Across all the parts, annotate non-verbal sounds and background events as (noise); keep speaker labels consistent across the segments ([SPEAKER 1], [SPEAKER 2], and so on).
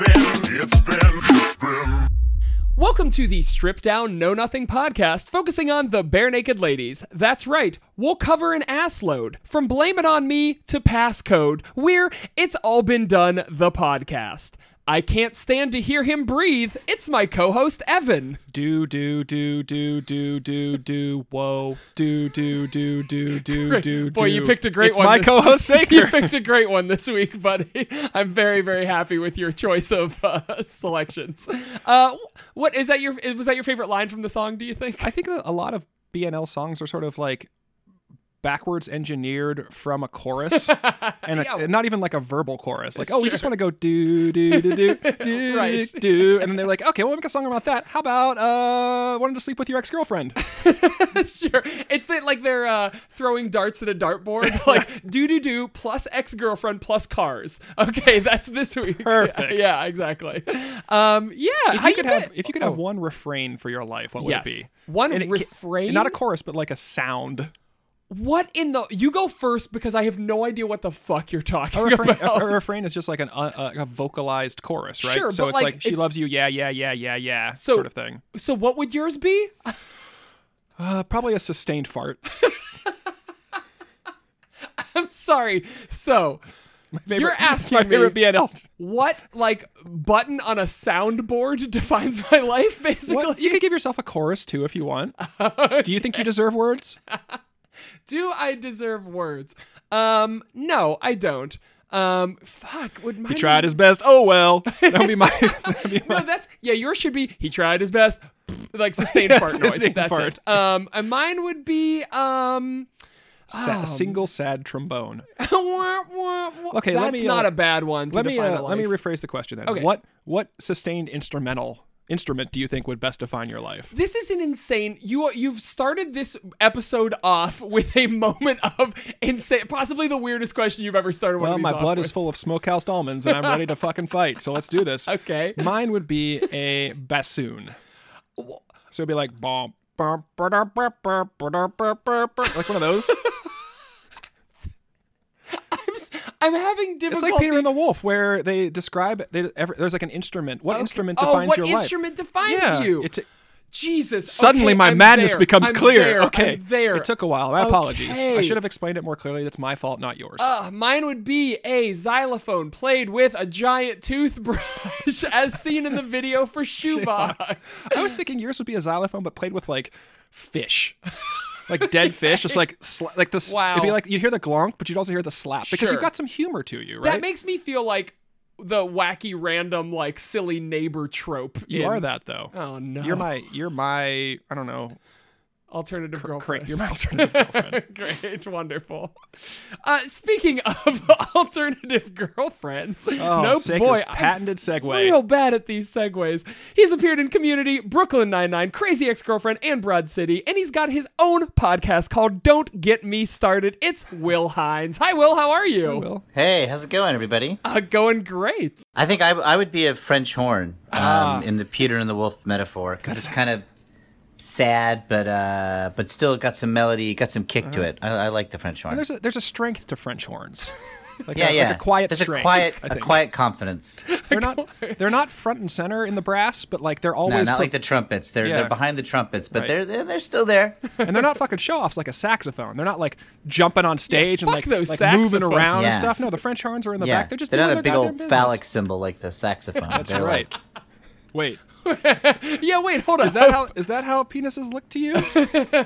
[SPEAKER 1] It's been, it's been.
[SPEAKER 2] Welcome to the Strip Down Know Nothing podcast, focusing on the bare naked ladies. That's right, we'll cover an ass load. From Blame It On Me to Passcode, we're It's All Been Done, the podcast. I can't stand to hear him breathe. It's my co host, Evan. (laughs)
[SPEAKER 3] Do do do do do do do whoa do do do do
[SPEAKER 2] (laughs)
[SPEAKER 3] do do
[SPEAKER 2] Boy,
[SPEAKER 3] do.
[SPEAKER 2] you picked a great
[SPEAKER 3] it's
[SPEAKER 2] one
[SPEAKER 3] My
[SPEAKER 2] this- (laughs)
[SPEAKER 3] co-host
[SPEAKER 2] You
[SPEAKER 3] Saker.
[SPEAKER 2] picked a great one this week, buddy. (laughs) I'm very, very happy with your choice of uh, (laughs) selections. Uh, what is that? Your was that your favorite line from the song? Do you think?
[SPEAKER 3] I think that a lot of BNL songs are sort of like backwards engineered from
[SPEAKER 2] (laughs)
[SPEAKER 3] a chorus, and, a,
[SPEAKER 2] Yeah.
[SPEAKER 3] and not even like a verbal chorus. Like, oh, we just
[SPEAKER 2] Sure.
[SPEAKER 3] want to go do do
[SPEAKER 2] (laughs)
[SPEAKER 3] do do do
[SPEAKER 2] Right.
[SPEAKER 3] do, and then they're like, okay, we'll make a song about that. How about uh, wanted to sleep with
[SPEAKER 2] (laughs)
[SPEAKER 3] your ex-girlfriend?
[SPEAKER 2] sure. It's that like they're uh, throwing darts at a dartboard,
[SPEAKER 3] (laughs)
[SPEAKER 2] like do do do plus ex girlfriend plus cars. Okay, (laughs) that's this week.
[SPEAKER 3] Perfect.
[SPEAKER 2] Yeah, exactly. Um, yeah.
[SPEAKER 3] If
[SPEAKER 2] how
[SPEAKER 3] you could have,
[SPEAKER 2] been?
[SPEAKER 3] if you could have one refrain for your life, what would
[SPEAKER 2] yes.
[SPEAKER 3] it be?
[SPEAKER 2] One
[SPEAKER 3] And it ca-
[SPEAKER 2] refrain.
[SPEAKER 3] not a chorus, but like a sound.
[SPEAKER 2] what in the? You go first because I have no idea what the fuck you're talking (laughs)
[SPEAKER 3] A refrain,
[SPEAKER 2] about.
[SPEAKER 3] a, a refrain is just like an, uh, a vocalized chorus, right?
[SPEAKER 2] Sure,
[SPEAKER 3] so
[SPEAKER 2] but
[SPEAKER 3] it's
[SPEAKER 2] like,
[SPEAKER 3] like, she
[SPEAKER 2] if-
[SPEAKER 3] loves you, yeah, yeah, yeah, yeah, yeah, sort of thing.
[SPEAKER 2] So what would yours be? (laughs)
[SPEAKER 3] Uh, probably a sustained fart. (laughs)
[SPEAKER 2] I'm sorry. So
[SPEAKER 3] My favorite,
[SPEAKER 2] You're asking
[SPEAKER 3] my
[SPEAKER 2] me- (laughs)
[SPEAKER 3] favorite BNL.
[SPEAKER 2] what like button on a soundboard (laughs) defines my life basically?
[SPEAKER 3] What? You could give yourself a chorus too if you want.
[SPEAKER 2] (laughs)
[SPEAKER 3] Do you think you deserve words?
[SPEAKER 2] Do I deserve words? Um, no, I don't. Um, fuck. Would my
[SPEAKER 3] He tried his best.
[SPEAKER 2] (laughs)
[SPEAKER 3] Oh well. That would be my. (laughs) that'd be
[SPEAKER 2] No,
[SPEAKER 3] my-
[SPEAKER 2] that's yeah. Yours should be he tried his best, (laughs) like
[SPEAKER 3] (laughs)
[SPEAKER 2] sustained fart noise.
[SPEAKER 3] sustained
[SPEAKER 2] That's
[SPEAKER 3] fart.
[SPEAKER 2] it. Um, and mine would be um. (laughs)
[SPEAKER 3] sa- single sad trombone.
[SPEAKER 2] wah, wah, wah.
[SPEAKER 3] Okay,
[SPEAKER 2] that's
[SPEAKER 3] let me,
[SPEAKER 2] not
[SPEAKER 3] uh,
[SPEAKER 2] a bad one. To
[SPEAKER 3] Let me
[SPEAKER 2] define
[SPEAKER 3] uh,
[SPEAKER 2] a
[SPEAKER 3] let me
[SPEAKER 2] life.
[SPEAKER 3] rephrase the question then.
[SPEAKER 2] Okay.
[SPEAKER 3] What what sustained instrumental instrument do you think would best define your life?
[SPEAKER 2] This is an insane. You you've started this episode off (laughs) with a moment of insane, possibly the weirdest question you've ever started. one
[SPEAKER 3] Well,
[SPEAKER 2] of these
[SPEAKER 3] my
[SPEAKER 2] off
[SPEAKER 3] blood
[SPEAKER 2] with. (laughs)
[SPEAKER 3] is full of smokehouse almonds, and I'm ready to fucking fight. So let's do this.
[SPEAKER 2] Okay.
[SPEAKER 3] Mine would be a bassoon. So it'd be like bomb, bomb, ba-da, ba, ba, ba-da, ba, ba, ba, like one
[SPEAKER 2] (laughs)
[SPEAKER 3] of those.
[SPEAKER 2] I'm, s- I'm having
[SPEAKER 3] It's
[SPEAKER 2] difficulty.
[SPEAKER 3] like Peter and the Wolf, where they describe they, every, there's like an instrument. What instrument defines
[SPEAKER 2] oh, what
[SPEAKER 3] your
[SPEAKER 2] instrument defines
[SPEAKER 3] life? Yeah,
[SPEAKER 2] you?
[SPEAKER 3] It,
[SPEAKER 2] Jesus.
[SPEAKER 3] suddenly,
[SPEAKER 2] okay,
[SPEAKER 3] my
[SPEAKER 2] I'm
[SPEAKER 3] madness
[SPEAKER 2] there.
[SPEAKER 3] becomes
[SPEAKER 2] I'm
[SPEAKER 3] clear.
[SPEAKER 2] there,
[SPEAKER 3] okay,
[SPEAKER 2] I'm there.
[SPEAKER 3] It took a while. My apologies. I
[SPEAKER 2] Okay.
[SPEAKER 3] should have explained it more clearly. That's my fault, not yours.
[SPEAKER 2] Ugh, mine would be a xylophone played with a giant toothbrush, (laughs) as seen in the video
[SPEAKER 3] (laughs)
[SPEAKER 2] for Shoebox.
[SPEAKER 3] I was thinking yours would be a xylophone, but played with like fish,
[SPEAKER 2] (laughs)
[SPEAKER 3] like dead fish, just like sla- like this.
[SPEAKER 2] Wow.
[SPEAKER 3] It'd be like you'd hear the glonk, but you'd also hear the slap because
[SPEAKER 2] Sure.
[SPEAKER 3] you've got some humor to you, right?
[SPEAKER 2] That makes me feel like the wacky, random, like silly neighbor trope.
[SPEAKER 3] you
[SPEAKER 2] in-
[SPEAKER 3] are that though.
[SPEAKER 2] Oh no!
[SPEAKER 3] You're my you're my I don't know
[SPEAKER 2] alternative
[SPEAKER 3] crank.
[SPEAKER 2] girlfriend. (laughs)
[SPEAKER 3] You're my alternative girlfriend.
[SPEAKER 2] Great, wonderful. Uh, speaking of (laughs) alternative girlfriends,
[SPEAKER 3] Oh,
[SPEAKER 2] nope,
[SPEAKER 3] Saker's
[SPEAKER 2] boy, I'm
[SPEAKER 3] patented segue.
[SPEAKER 2] real bad at these segues. He's appeared in Community, Brooklyn Nine-Nine, Crazy Ex-Girlfriend, and Broad City, and he's got his own podcast called Don't Get Me Started. It's Will Hines. Hi, Will. How are you?
[SPEAKER 3] Will.
[SPEAKER 4] Hey, how's it going, everybody?
[SPEAKER 2] Uh, going great.
[SPEAKER 4] I think I, I would be a French horn um,
[SPEAKER 3] Ah.
[SPEAKER 4] in the Peter and the Wolf metaphor because it's kind of sad, but uh, but still got some melody, got some kick to it. I, I like the French horn.
[SPEAKER 3] Uh-huh. There's a there's a strength to
[SPEAKER 2] (laughs)
[SPEAKER 3] French horns. Like
[SPEAKER 4] yeah,
[SPEAKER 3] a,
[SPEAKER 4] yeah.
[SPEAKER 3] Like a quiet
[SPEAKER 4] There's
[SPEAKER 3] strength.
[SPEAKER 4] a quiet,
[SPEAKER 3] I
[SPEAKER 4] a
[SPEAKER 3] think. (laughs)
[SPEAKER 4] quiet confidence. No,
[SPEAKER 3] They're
[SPEAKER 4] (laughs)
[SPEAKER 3] not they're not front and center in the brass, but like they're always
[SPEAKER 4] not
[SPEAKER 3] pro-
[SPEAKER 4] like the trumpets. They're
[SPEAKER 3] Yeah.
[SPEAKER 4] they're behind the trumpets, but
[SPEAKER 3] Right.
[SPEAKER 4] they're, they're they're
[SPEAKER 3] (laughs)
[SPEAKER 4] still there.
[SPEAKER 3] and they're not fucking show offs like a saxophone. They're not like jumping on stage
[SPEAKER 2] fuck
[SPEAKER 3] and like,
[SPEAKER 2] those
[SPEAKER 3] like moving
[SPEAKER 2] saxophones.
[SPEAKER 3] around and
[SPEAKER 4] Yeah.
[SPEAKER 3] stuff. No, the French horns are in the
[SPEAKER 4] yeah,
[SPEAKER 3] back. They're just
[SPEAKER 4] they're
[SPEAKER 3] doing
[SPEAKER 4] not
[SPEAKER 3] their
[SPEAKER 4] a big
[SPEAKER 3] goddamn
[SPEAKER 4] old
[SPEAKER 3] business.
[SPEAKER 4] phallic symbol like the
[SPEAKER 3] (laughs)
[SPEAKER 4] saxophone.
[SPEAKER 3] That's
[SPEAKER 4] They're
[SPEAKER 3] right.
[SPEAKER 4] like-
[SPEAKER 2] (laughs)
[SPEAKER 3] Wait,
[SPEAKER 2] Yeah, wait, hold on.
[SPEAKER 3] is that how is that how penises look to you?
[SPEAKER 2] (laughs)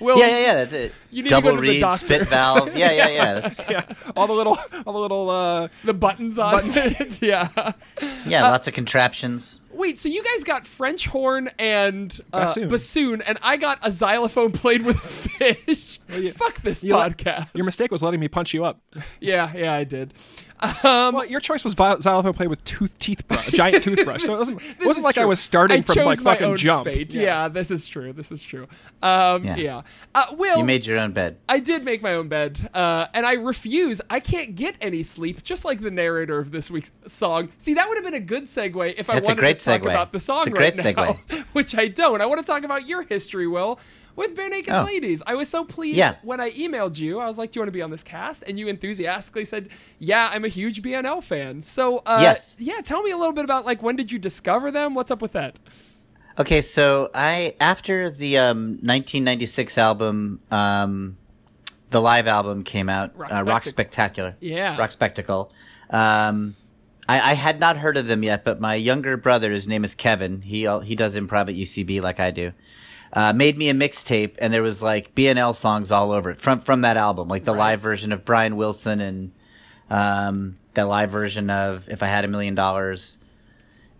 [SPEAKER 2] Will,
[SPEAKER 4] yeah, yeah, yeah. That's it.
[SPEAKER 2] You need to go
[SPEAKER 4] Double
[SPEAKER 2] to the
[SPEAKER 4] reed,
[SPEAKER 2] doctor.
[SPEAKER 4] spit valve. Yeah, yeah, yeah.
[SPEAKER 3] (laughs)
[SPEAKER 4] That's, yeah.
[SPEAKER 3] all the little all the little uh,
[SPEAKER 2] The buttons on it. (laughs) yeah.
[SPEAKER 4] lots of contraptions.
[SPEAKER 2] Wait, so you guys got French horn and uh, bassoon.
[SPEAKER 3] Bassoon.
[SPEAKER 2] and I got a xylophone played with (laughs) fish.
[SPEAKER 3] you-
[SPEAKER 2] Fuck this
[SPEAKER 3] you let-
[SPEAKER 2] podcast.
[SPEAKER 3] Your mistake was letting me punch you up.
[SPEAKER 2] yeah, yeah, I did. Um,
[SPEAKER 3] Well, your choice was vi- xylophone play with tooth teeth br- a giant toothbrush. So it wasn't
[SPEAKER 2] (laughs)
[SPEAKER 3] it
[SPEAKER 2] This
[SPEAKER 3] wasn't
[SPEAKER 2] is
[SPEAKER 3] like I
[SPEAKER 2] true.
[SPEAKER 3] was starting
[SPEAKER 2] I
[SPEAKER 3] from
[SPEAKER 2] chose
[SPEAKER 3] like
[SPEAKER 2] my
[SPEAKER 3] fucking
[SPEAKER 2] own
[SPEAKER 3] jump.
[SPEAKER 2] Fate. Yeah. this is true. This is true. Um, yeah.
[SPEAKER 4] Yeah.
[SPEAKER 2] Uh, Will,
[SPEAKER 4] You made your own bed.
[SPEAKER 2] I did make my own bed, uh, and I refuse. I can't get any sleep, just like the narrator of this week's song. See, that would have been a good segue if I
[SPEAKER 4] That's a
[SPEAKER 2] wanted
[SPEAKER 4] great
[SPEAKER 2] to talk
[SPEAKER 4] segue.
[SPEAKER 2] about the
[SPEAKER 4] It's
[SPEAKER 2] song
[SPEAKER 4] a great
[SPEAKER 2] right now,
[SPEAKER 4] segue.
[SPEAKER 2] (laughs) which I don't. I want to talk about your history, Will, with Bare Naked
[SPEAKER 4] Oh.
[SPEAKER 2] Ladies. I was so pleased
[SPEAKER 4] Yeah.
[SPEAKER 2] when I emailed you. I was like, "Do you want to be on this cast?" And you enthusiastically said, "Yeah, I'm a huge BNL fan." So, uh,
[SPEAKER 4] Yes.
[SPEAKER 2] yeah, tell me a little bit about like when did you discover them? What's up with that?
[SPEAKER 4] Okay, so I after the um, 1996 album, um, the live album came out,
[SPEAKER 2] Rock
[SPEAKER 4] uh, Rock
[SPEAKER 2] Spectac-
[SPEAKER 4] Spectacular.
[SPEAKER 2] Yeah.
[SPEAKER 4] Rock Spectacle. Um, I, I had not heard of them yet, but my younger brother, his name is Kevin. He al- he does improv at UCB like I do. Uh, made me a mixtape, and there was like BNL songs all over it from from that album, like the live version of Brian Wilson and um, the live version of If I Had a Million Dollars.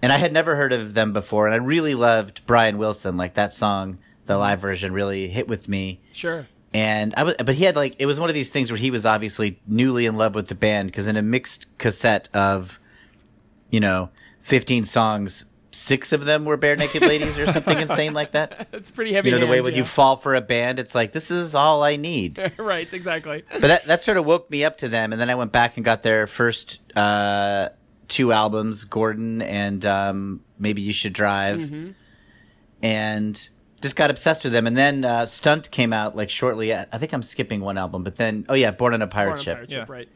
[SPEAKER 4] And I had never heard of them before, and I really loved Brian Wilson. Like that song, the live version really hit with me
[SPEAKER 2] Sure.
[SPEAKER 4] and I was, but he had like it was one of these things where he was obviously newly in love with the band because in a mixed cassette of, you know, fifteen songs, six of them were bare naked ladies or something insane like that.
[SPEAKER 2] That's pretty heavy.
[SPEAKER 4] You know, the way
[SPEAKER 2] hand,
[SPEAKER 4] when
[SPEAKER 2] yeah.
[SPEAKER 4] you fall for a band, it's like this is all I need.
[SPEAKER 2] (laughs) right, exactly.
[SPEAKER 4] But that that sort of woke me up to them, and then I went back and got their first uh, two albums, Gordon and um, Maybe You Should Drive,
[SPEAKER 2] Mm-hmm.
[SPEAKER 4] and just got obsessed with them. And then uh, Stunt came out like shortly. a- I think I'm skipping one album, but then oh yeah, Born on a Pirate,
[SPEAKER 2] Born on a
[SPEAKER 4] Ship.
[SPEAKER 2] Pirate Ship,
[SPEAKER 3] Yeah.
[SPEAKER 2] right.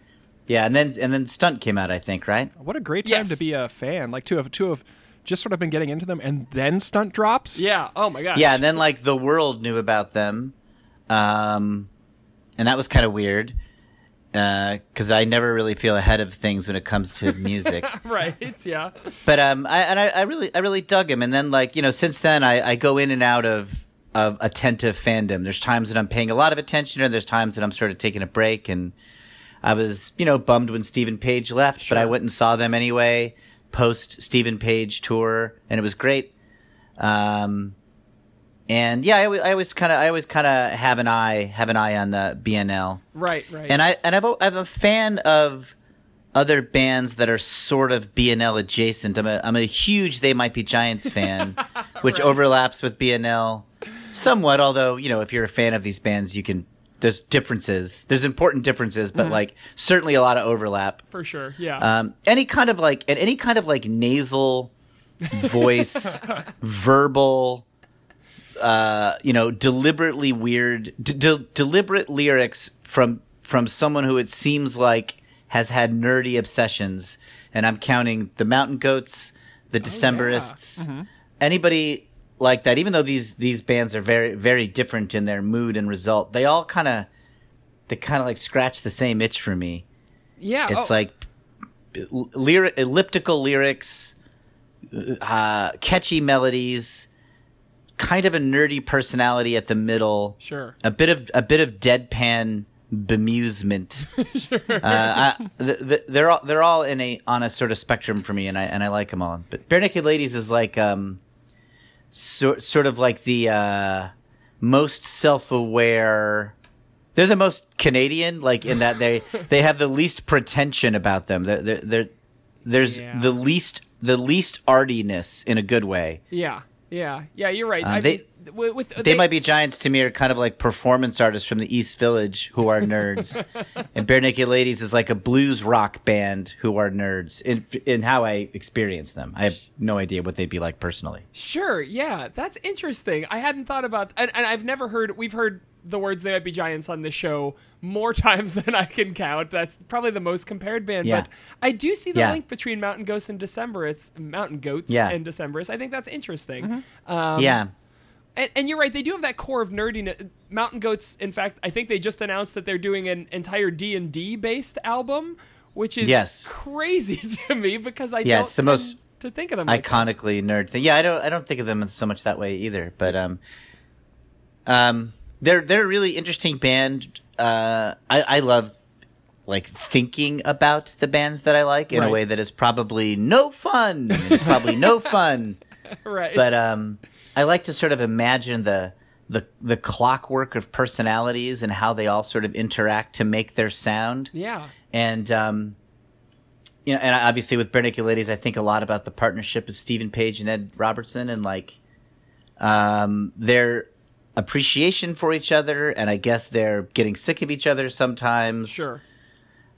[SPEAKER 4] Yeah, and then and then Stunt came out. I think right.
[SPEAKER 3] What a great time to
[SPEAKER 2] Yes.
[SPEAKER 3] be a fan. Like to have to have just sort of been getting into them and then stunt drops.
[SPEAKER 2] Yeah. Oh my gosh.
[SPEAKER 4] Yeah, and then like the world knew about them, um, and that was kind of weird because I never really feel ahead of things when it comes to music.
[SPEAKER 2] (laughs) right. Yeah.
[SPEAKER 4] but um, I, and I, I really, I really dug him. And then, like you know, since then, I, I go in and out of of attentive fandom. There's times that I'm paying a lot of attention, and there's times that I'm sort of taking a break. And I was, you know, bummed when Stephen Page left, but I went and saw them anyway. Post Stephen Page tour, and it was great. Um, and yeah, I, alwa- I always kind of, I always kind of have an eye, have an eye on the BNL.
[SPEAKER 2] Right. Right.
[SPEAKER 4] And I and I've, al- I'm a fan of other bands that are sort of BNL adjacent. I'm a I'm a huge They Might Be Giants fan, which overlaps with BNL somewhat. Although you know, if you're a fan of these bands, you can there's differences. There's important differences, but like certainly a lot of overlap.
[SPEAKER 2] for sure. Yeah.
[SPEAKER 4] Um, any kind of like and any kind of like nasal voice, verbal. Uh, you know, deliberately weird, d- del- deliberate lyrics from from someone who it seems like has had nerdy obsessions, and I'm counting the Mountain Goats, the Decemberists, anybody like that. Even though these these bands are very very different in their mood and result, they all kind of they kind of like scratch the same itch for me.
[SPEAKER 2] yeah.
[SPEAKER 4] It's
[SPEAKER 2] oh,
[SPEAKER 4] like l- lyric, elliptical lyrics, uh, catchy melodies, kind of a nerdy personality at the middle.
[SPEAKER 2] Sure.
[SPEAKER 4] A bit of a bit of deadpan
[SPEAKER 2] (laughs)
[SPEAKER 4] bemusement. sure. Uh, I, th- th- they're all they're all in a on a sort of spectrum for me, and I and I like them all. But bare naked ladies is like um, sort sort of like the uh, most self aware. They're the most Canadian, like in
[SPEAKER 2] (laughs)
[SPEAKER 4] that they they have the least pretension about them. They're, they're, they're, there's
[SPEAKER 2] Yeah.
[SPEAKER 4] the least the least artiness in a good way.
[SPEAKER 2] Yeah, yeah, yeah. You're right.
[SPEAKER 4] Uh,
[SPEAKER 2] I
[SPEAKER 4] they-
[SPEAKER 2] mean, th- with, with,
[SPEAKER 4] They, might be giants to me are kind of like performance artists from the East Village who are nerds, and Bare Naked Ladies is like a blues rock band who are nerds. In in how I experience them, I have no idea what they'd be like personally.
[SPEAKER 2] Sure. Yeah, that's interesting. I hadn't thought about, and, and I've never heard. We've heard the words "they might be giants" on this show more (laughs) times than I can count. That's probably the most compared band.
[SPEAKER 4] Yeah.
[SPEAKER 2] But I do see the
[SPEAKER 4] Yeah.
[SPEAKER 2] link between Mountain Ghosts and Decemberists. Mountain Goats
[SPEAKER 4] Yeah. Mm-hmm.
[SPEAKER 2] and Decemberists. I think that's interesting.
[SPEAKER 4] yeah,
[SPEAKER 2] And, and you're right, they do have that core of nerdiness. Mountain Goats, in fact, I think they just announced that they're doing an entire D and D based album, which is
[SPEAKER 4] Yes.
[SPEAKER 2] crazy (laughs) to me because I
[SPEAKER 4] Yeah,
[SPEAKER 2] don't
[SPEAKER 4] it's the
[SPEAKER 2] tend
[SPEAKER 4] most
[SPEAKER 2] to think of them like that.
[SPEAKER 4] iconically nerd thing. Yeah, I don't I don't think of them so much that way either. But um, um, they're they're a really interesting band. Uh, I I love like thinking about the bands that I like in
[SPEAKER 2] Right.
[SPEAKER 4] a way that is probably no fun. It's probably no fun.
[SPEAKER 2] right?
[SPEAKER 4] But um, I like to sort of imagine the. The, the clockwork of personalities and how they all sort of interact to make their sound
[SPEAKER 2] yeah,
[SPEAKER 4] and um, you know, and obviously with Bare Naked Ladies, I think a lot about the partnership of Stephen Page and Ed Robertson, and like um, their appreciation for each other, and I guess they're getting sick of each other sometimes.
[SPEAKER 2] sure.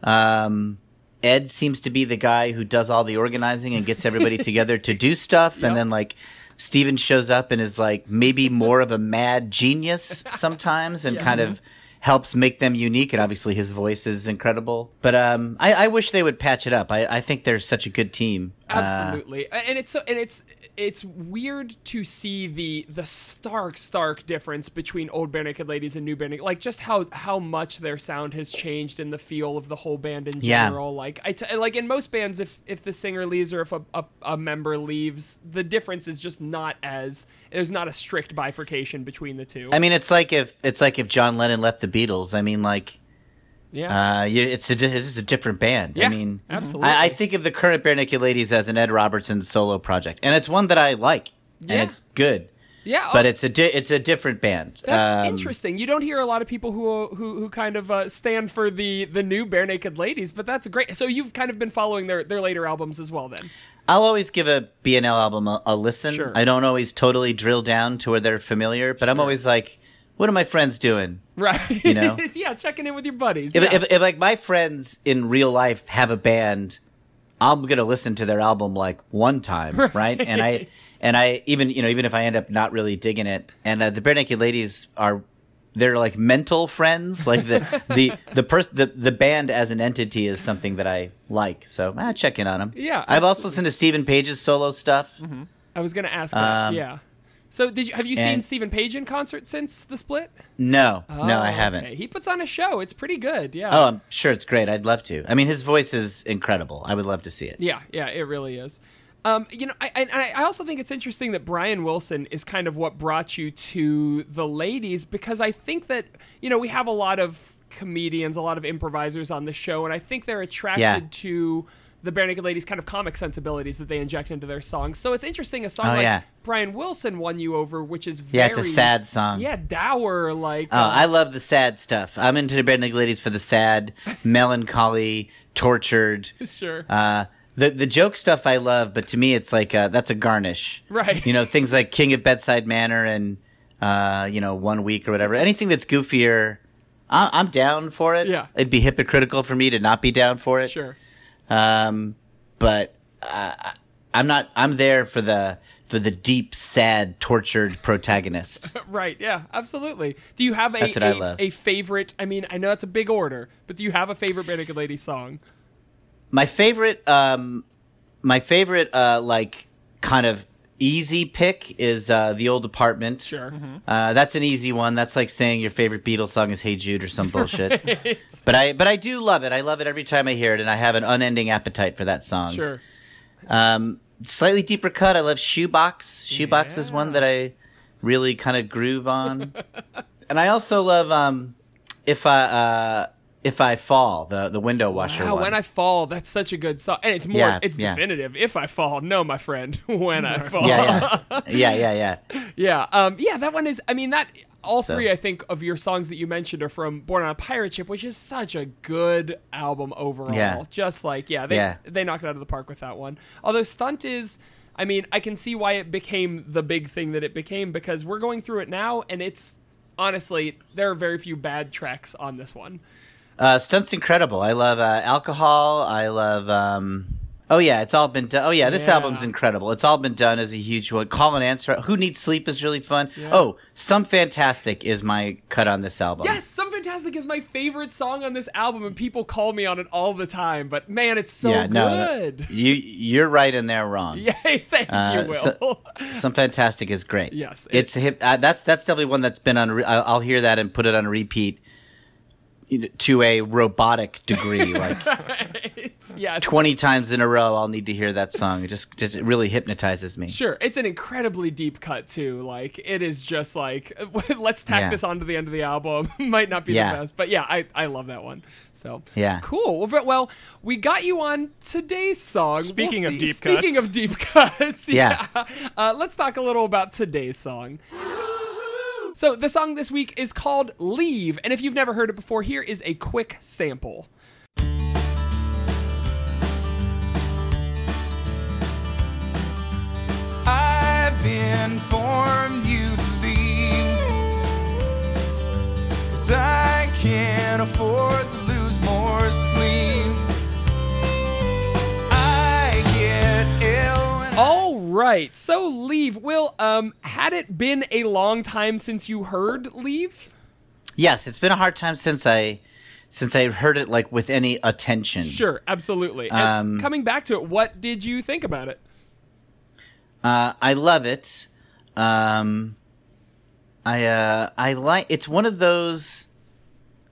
[SPEAKER 4] Um, Ed seems to be the guy who does all the organizing and gets everybody together to do stuff. And then like Steven shows up and is like maybe more of a mad genius sometimes and kind of helps make them unique. And obviously his voice is incredible. But um, I, I wish they would patch it up. I, I think they're such a good team. Uh,
[SPEAKER 2] Absolutely, A- and it's so, and it's it's weird to see the the stark stark difference between old Bare Naked Ladies and new Bare Naked, like just how how much their sound has changed and the feel of the whole band in
[SPEAKER 4] Yeah.
[SPEAKER 2] general. Like I t- like in most bands, if if the singer leaves or if a, a a member leaves, the difference is just not as there's not a strict bifurcation between the two.
[SPEAKER 4] I mean, it's like if it's like if John Lennon left the Beatles. I mean, like
[SPEAKER 2] yeah,
[SPEAKER 4] Uh, you, it's a di- this is a different band.
[SPEAKER 2] Yeah,
[SPEAKER 4] I mean,
[SPEAKER 2] absolutely.
[SPEAKER 4] I, I think of the current Bare Naked Ladies as an Ed Robertson solo project, and it's one that I like,
[SPEAKER 2] Yeah.
[SPEAKER 4] and it's good.
[SPEAKER 2] yeah,
[SPEAKER 4] But
[SPEAKER 2] oh,
[SPEAKER 4] it's a di- it's a different band.
[SPEAKER 2] That's
[SPEAKER 4] Um,
[SPEAKER 2] interesting. You don't hear a lot of people who who, who kind of uh, stand for the the new bare naked ladies, but that's great. So you've kind of been following their their later albums as well, then. (laughs)
[SPEAKER 4] I'll always give a BNL album a, a listen.
[SPEAKER 2] Sure.
[SPEAKER 4] I don't always totally drill down to where they're familiar, but I'm always like, what are my friends doing?
[SPEAKER 2] Right.
[SPEAKER 4] You know?
[SPEAKER 2] It's- (laughs) yeah, checking in with your buddies.
[SPEAKER 4] If,
[SPEAKER 2] yeah.
[SPEAKER 4] if, if like my friends in real life have a band, I'm gonna listen to their album like one
[SPEAKER 2] (laughs)
[SPEAKER 4] time, right? And I and I even you know even if I end up not really digging it, and uh, the Bare Naked Ladies are they're like mental friends, (laughs) like the the the person the, the band as an entity is something that I like, so I check in on them.
[SPEAKER 2] Yeah, Mm-hmm.
[SPEAKER 4] I've also listened to Stephen Page's solo stuff.
[SPEAKER 2] I was gonna ask that.
[SPEAKER 4] um,
[SPEAKER 2] yeah. So did you have you seen
[SPEAKER 4] and-
[SPEAKER 2] Stephen Page in concert since the split?
[SPEAKER 4] No, no,
[SPEAKER 2] Oh,
[SPEAKER 4] I haven't.
[SPEAKER 2] okay. He puts on a show. It's pretty good. Yeah.
[SPEAKER 4] Oh, I'm sure it's great. I'd love to. I mean, his voice is incredible. I would love to see it.
[SPEAKER 2] Yeah, yeah, it really is. Um, you know, I, and I I also think it's interesting that Brian Wilson is kind of what brought you to the ladies because I think that you know we have a lot of comedians, a lot of improvisers on the show, and I think they're attracted
[SPEAKER 4] Yeah.
[SPEAKER 2] to the Bare Naked Ladies' kind of comic sensibilities that they inject into their songs. So it's interesting a song
[SPEAKER 4] Oh,
[SPEAKER 2] like
[SPEAKER 4] yeah.
[SPEAKER 2] Brian Wilson won you over, which is very,
[SPEAKER 4] Yeah, it's a sad song.
[SPEAKER 2] yeah, dour, like uh,
[SPEAKER 4] Oh, I love the sad stuff. I'm into the Bare Naked Ladies for the sad, melancholy,
[SPEAKER 2] (laughs)
[SPEAKER 4] tortured.
[SPEAKER 2] sure,
[SPEAKER 4] Uh, the the joke stuff I love, but to me it's like uh, that's a garnish,
[SPEAKER 2] Right.
[SPEAKER 4] You know things like King of Bedside Manor and uh, you know One Week or whatever. Anything that's goofier, I- I'm down for it.
[SPEAKER 2] Yeah.
[SPEAKER 4] it'd be hypocritical for me to not be down for it.
[SPEAKER 2] sure,
[SPEAKER 4] Um, but uh, I- I'm not. I'm there for the for the deep, sad, tortured protagonist.
[SPEAKER 2] right, yeah, absolutely. Do you have a
[SPEAKER 4] That's what
[SPEAKER 2] a,
[SPEAKER 4] I love.
[SPEAKER 2] a favorite? I mean, I know that's a big order, but do you have a favorite Bare Naked Ladies song?
[SPEAKER 4] my favorite um my favorite uh like kind of easy pick is uh the old apartment
[SPEAKER 2] Sure.
[SPEAKER 4] uh that's an easy one that's like saying your favorite beatles song is hey jude
[SPEAKER 2] (laughs)
[SPEAKER 4] or some bullshit but i but i do love it i love it every time i hear it and i have an unending appetite for that song
[SPEAKER 2] Sure.
[SPEAKER 4] um slightly deeper cut i love shoebox shoebox is one that i really kind of
[SPEAKER 2] (laughs)
[SPEAKER 4] groove on and i also love um if i uh if i fall the the window washer
[SPEAKER 2] Wow,
[SPEAKER 4] one.
[SPEAKER 2] when I fall, that's such a good song, and it's more,
[SPEAKER 4] Yeah,
[SPEAKER 2] it's
[SPEAKER 4] yeah.
[SPEAKER 2] definitive. If I fall, no, my friend, (laughs) when I fall,
[SPEAKER 4] yeah,
[SPEAKER 2] (laughs)
[SPEAKER 4] yeah, yeah, yeah, yeah.
[SPEAKER 2] yeah, um, yeah. That one is. I mean, that all
[SPEAKER 4] So-
[SPEAKER 2] three I think of your songs that you mentioned are from Born on a Pirate Ship, which is such a good album overall.
[SPEAKER 4] Yeah.
[SPEAKER 2] Just like yeah, they
[SPEAKER 4] Yeah.
[SPEAKER 2] they knocked it out of the park with that one. Although Stunt is. I mean, I can see why it became the big thing that it became because we're going through it now, and it's honestly there are very few bad tracks on this one.
[SPEAKER 4] Uh, stunts incredible. I love uh, alcohol. I love. Um, oh yeah, it's all been done. Oh yeah, this
[SPEAKER 2] Yeah.
[SPEAKER 4] album's incredible. It's all been done is a huge one. Call and answer. Who needs sleep is really fun. Oh, some fantastic is my cut on this album.
[SPEAKER 2] Yes, Some Fantastic is my favorite song on this album, and people call me on it all the time. But man, it's so
[SPEAKER 4] Yeah. No. no.
[SPEAKER 2] good. (laughs)
[SPEAKER 4] you you're right and they're wrong.
[SPEAKER 2] Yay, thank
[SPEAKER 4] Uh,
[SPEAKER 2] you, Will. (laughs)
[SPEAKER 4] so- Some fantastic is great.
[SPEAKER 2] Yes, it-
[SPEAKER 4] it's a hip. Uh, that's that's definitely one that's been on. Re- I'll, I'll hear that and put it on repeat you know, to a robotic
[SPEAKER 2] (laughs)
[SPEAKER 4] degree. like
[SPEAKER 2] it's, yeah, it's-
[SPEAKER 4] 20 times in a row I'll need to hear that song. It just, just it really hypnotizes me.
[SPEAKER 2] sure. It's an incredibly deep cut too. Like it is just like (laughs) let's tack
[SPEAKER 4] Yeah.
[SPEAKER 2] this onto the end of the album. (laughs) Might not be
[SPEAKER 4] Yeah.
[SPEAKER 2] the best, but yeah, I, I love that one. So
[SPEAKER 4] Yeah.
[SPEAKER 2] cool. Well, but- well, we got you on today's song.
[SPEAKER 3] Speaking
[SPEAKER 2] We'll
[SPEAKER 3] of
[SPEAKER 2] see-
[SPEAKER 3] deep
[SPEAKER 2] speaking
[SPEAKER 3] cuts.
[SPEAKER 2] of deep (laughs) cuts,
[SPEAKER 4] Yeah.
[SPEAKER 2] Uh, let's talk a little about today's song. So the song this week is called "Leave," and if you've never heard it before, here is a quick sample.
[SPEAKER 5] I've informed you to leave. Cause I can't afford to lose more sleep.
[SPEAKER 2] right. So leave. Will, um, had it been a long time since you heard leave?
[SPEAKER 4] Yes, it's been a hard time since I since I heard it like with any attention.
[SPEAKER 2] Sure, absolutely. And
[SPEAKER 4] Um,
[SPEAKER 2] coming back to it, what did you think about it?
[SPEAKER 4] Uh, I love it. Um, I uh, I like. It's one of those.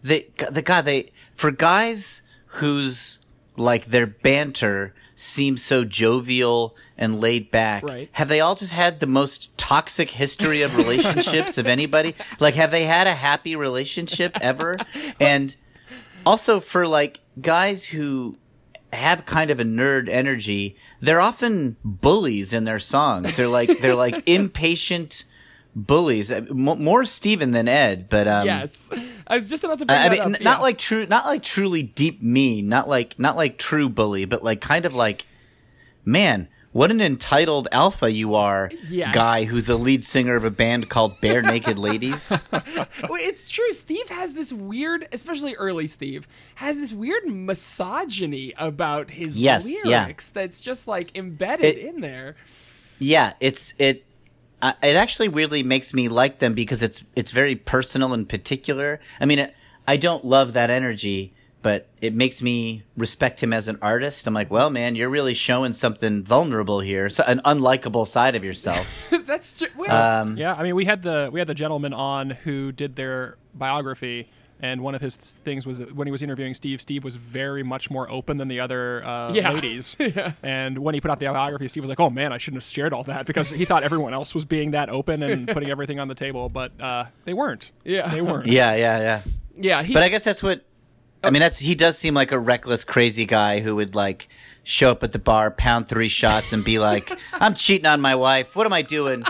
[SPEAKER 4] They the guy they for guys whose like their banter seems so jovial and laid back.
[SPEAKER 2] Right.
[SPEAKER 4] Have they all just had the most toxic history of relationships of anybody? Like, have they had a happy relationship ever? And also for like guys who have kind of a nerd energy, they're often bullies in their songs. They're like
[SPEAKER 2] (laughs)
[SPEAKER 4] they're like impatient bullies. Uh, mo more Steven than Ed, but um,
[SPEAKER 2] Yes. (laughs) I was just about to bring
[SPEAKER 4] I I
[SPEAKER 2] that
[SPEAKER 4] mean,
[SPEAKER 2] up.
[SPEAKER 4] n-
[SPEAKER 2] yeah.
[SPEAKER 4] not like true, not like truly deep mean, not like not like true bully, but like kind of like, man, what an entitled alpha you are,
[SPEAKER 2] Yes.
[SPEAKER 4] guy who's the lead singer of a band called
[SPEAKER 2] (laughs)
[SPEAKER 4] Bare Naked Ladies.
[SPEAKER 2] (laughs) Well, it's true. Steve has this weird, especially early Steve, has this weird misogyny about his
[SPEAKER 4] Yes, yeah.
[SPEAKER 2] lyrics that's just like embedded
[SPEAKER 4] It-
[SPEAKER 2] in there. (laughs)
[SPEAKER 4] Yeah, it's it. I it actually weirdly makes me like them because it's it's very personal and particular. I mean, it, I don't love that energy, but it makes me respect him as an artist. I'm like, well, man, you're really showing something vulnerable here, so, an unlikable side of yourself.
[SPEAKER 2] that's just, well,
[SPEAKER 4] Um,
[SPEAKER 3] Yeah, I mean, we had the we had the gentleman on who did their biography, and one of his things was that when he was interviewing Steve, Steve was very much more open than the other uh,
[SPEAKER 2] Yeah. (laughs)
[SPEAKER 3] ladies. And when he put out the biography, Steve was like, "Oh man, I shouldn't have shared all that because he thought everyone else was being that open and
[SPEAKER 2] (laughs)
[SPEAKER 3] putting everything on the table, but uh, they weren't.
[SPEAKER 2] Yeah.
[SPEAKER 3] they weren't.
[SPEAKER 4] (laughs) yeah, yeah, yeah.
[SPEAKER 2] yeah. He,
[SPEAKER 4] But I guess that's what. I mean, that's he does seem like a reckless, crazy guy who would like show up at the bar, pound three shots, and be like, (laughs) "I'm cheating on my wife. What am I doing?"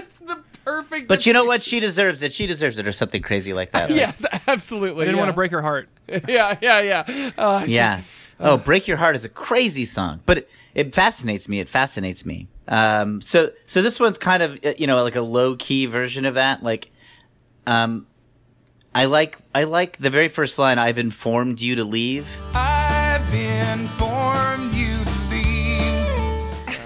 [SPEAKER 2] it's the perfect.
[SPEAKER 4] But you know what? She deserves it. She deserves it, or something crazy like that. right?
[SPEAKER 2] (laughs) Yes, absolutely.
[SPEAKER 3] I didn't
[SPEAKER 2] yeah.
[SPEAKER 3] want to break her heart.
[SPEAKER 2] Yeah, (laughs) yeah, yeah. Uh,
[SPEAKER 4] Yeah. Oh, Break Your Heart is a crazy song, but it, it fascinates me. It fascinates me. Um, so, so this one's kind of, uh, you know, like a low key version of that. Like, um, I like, I like the very first line, I've informed you to leave.
[SPEAKER 5] I've informed you to leave.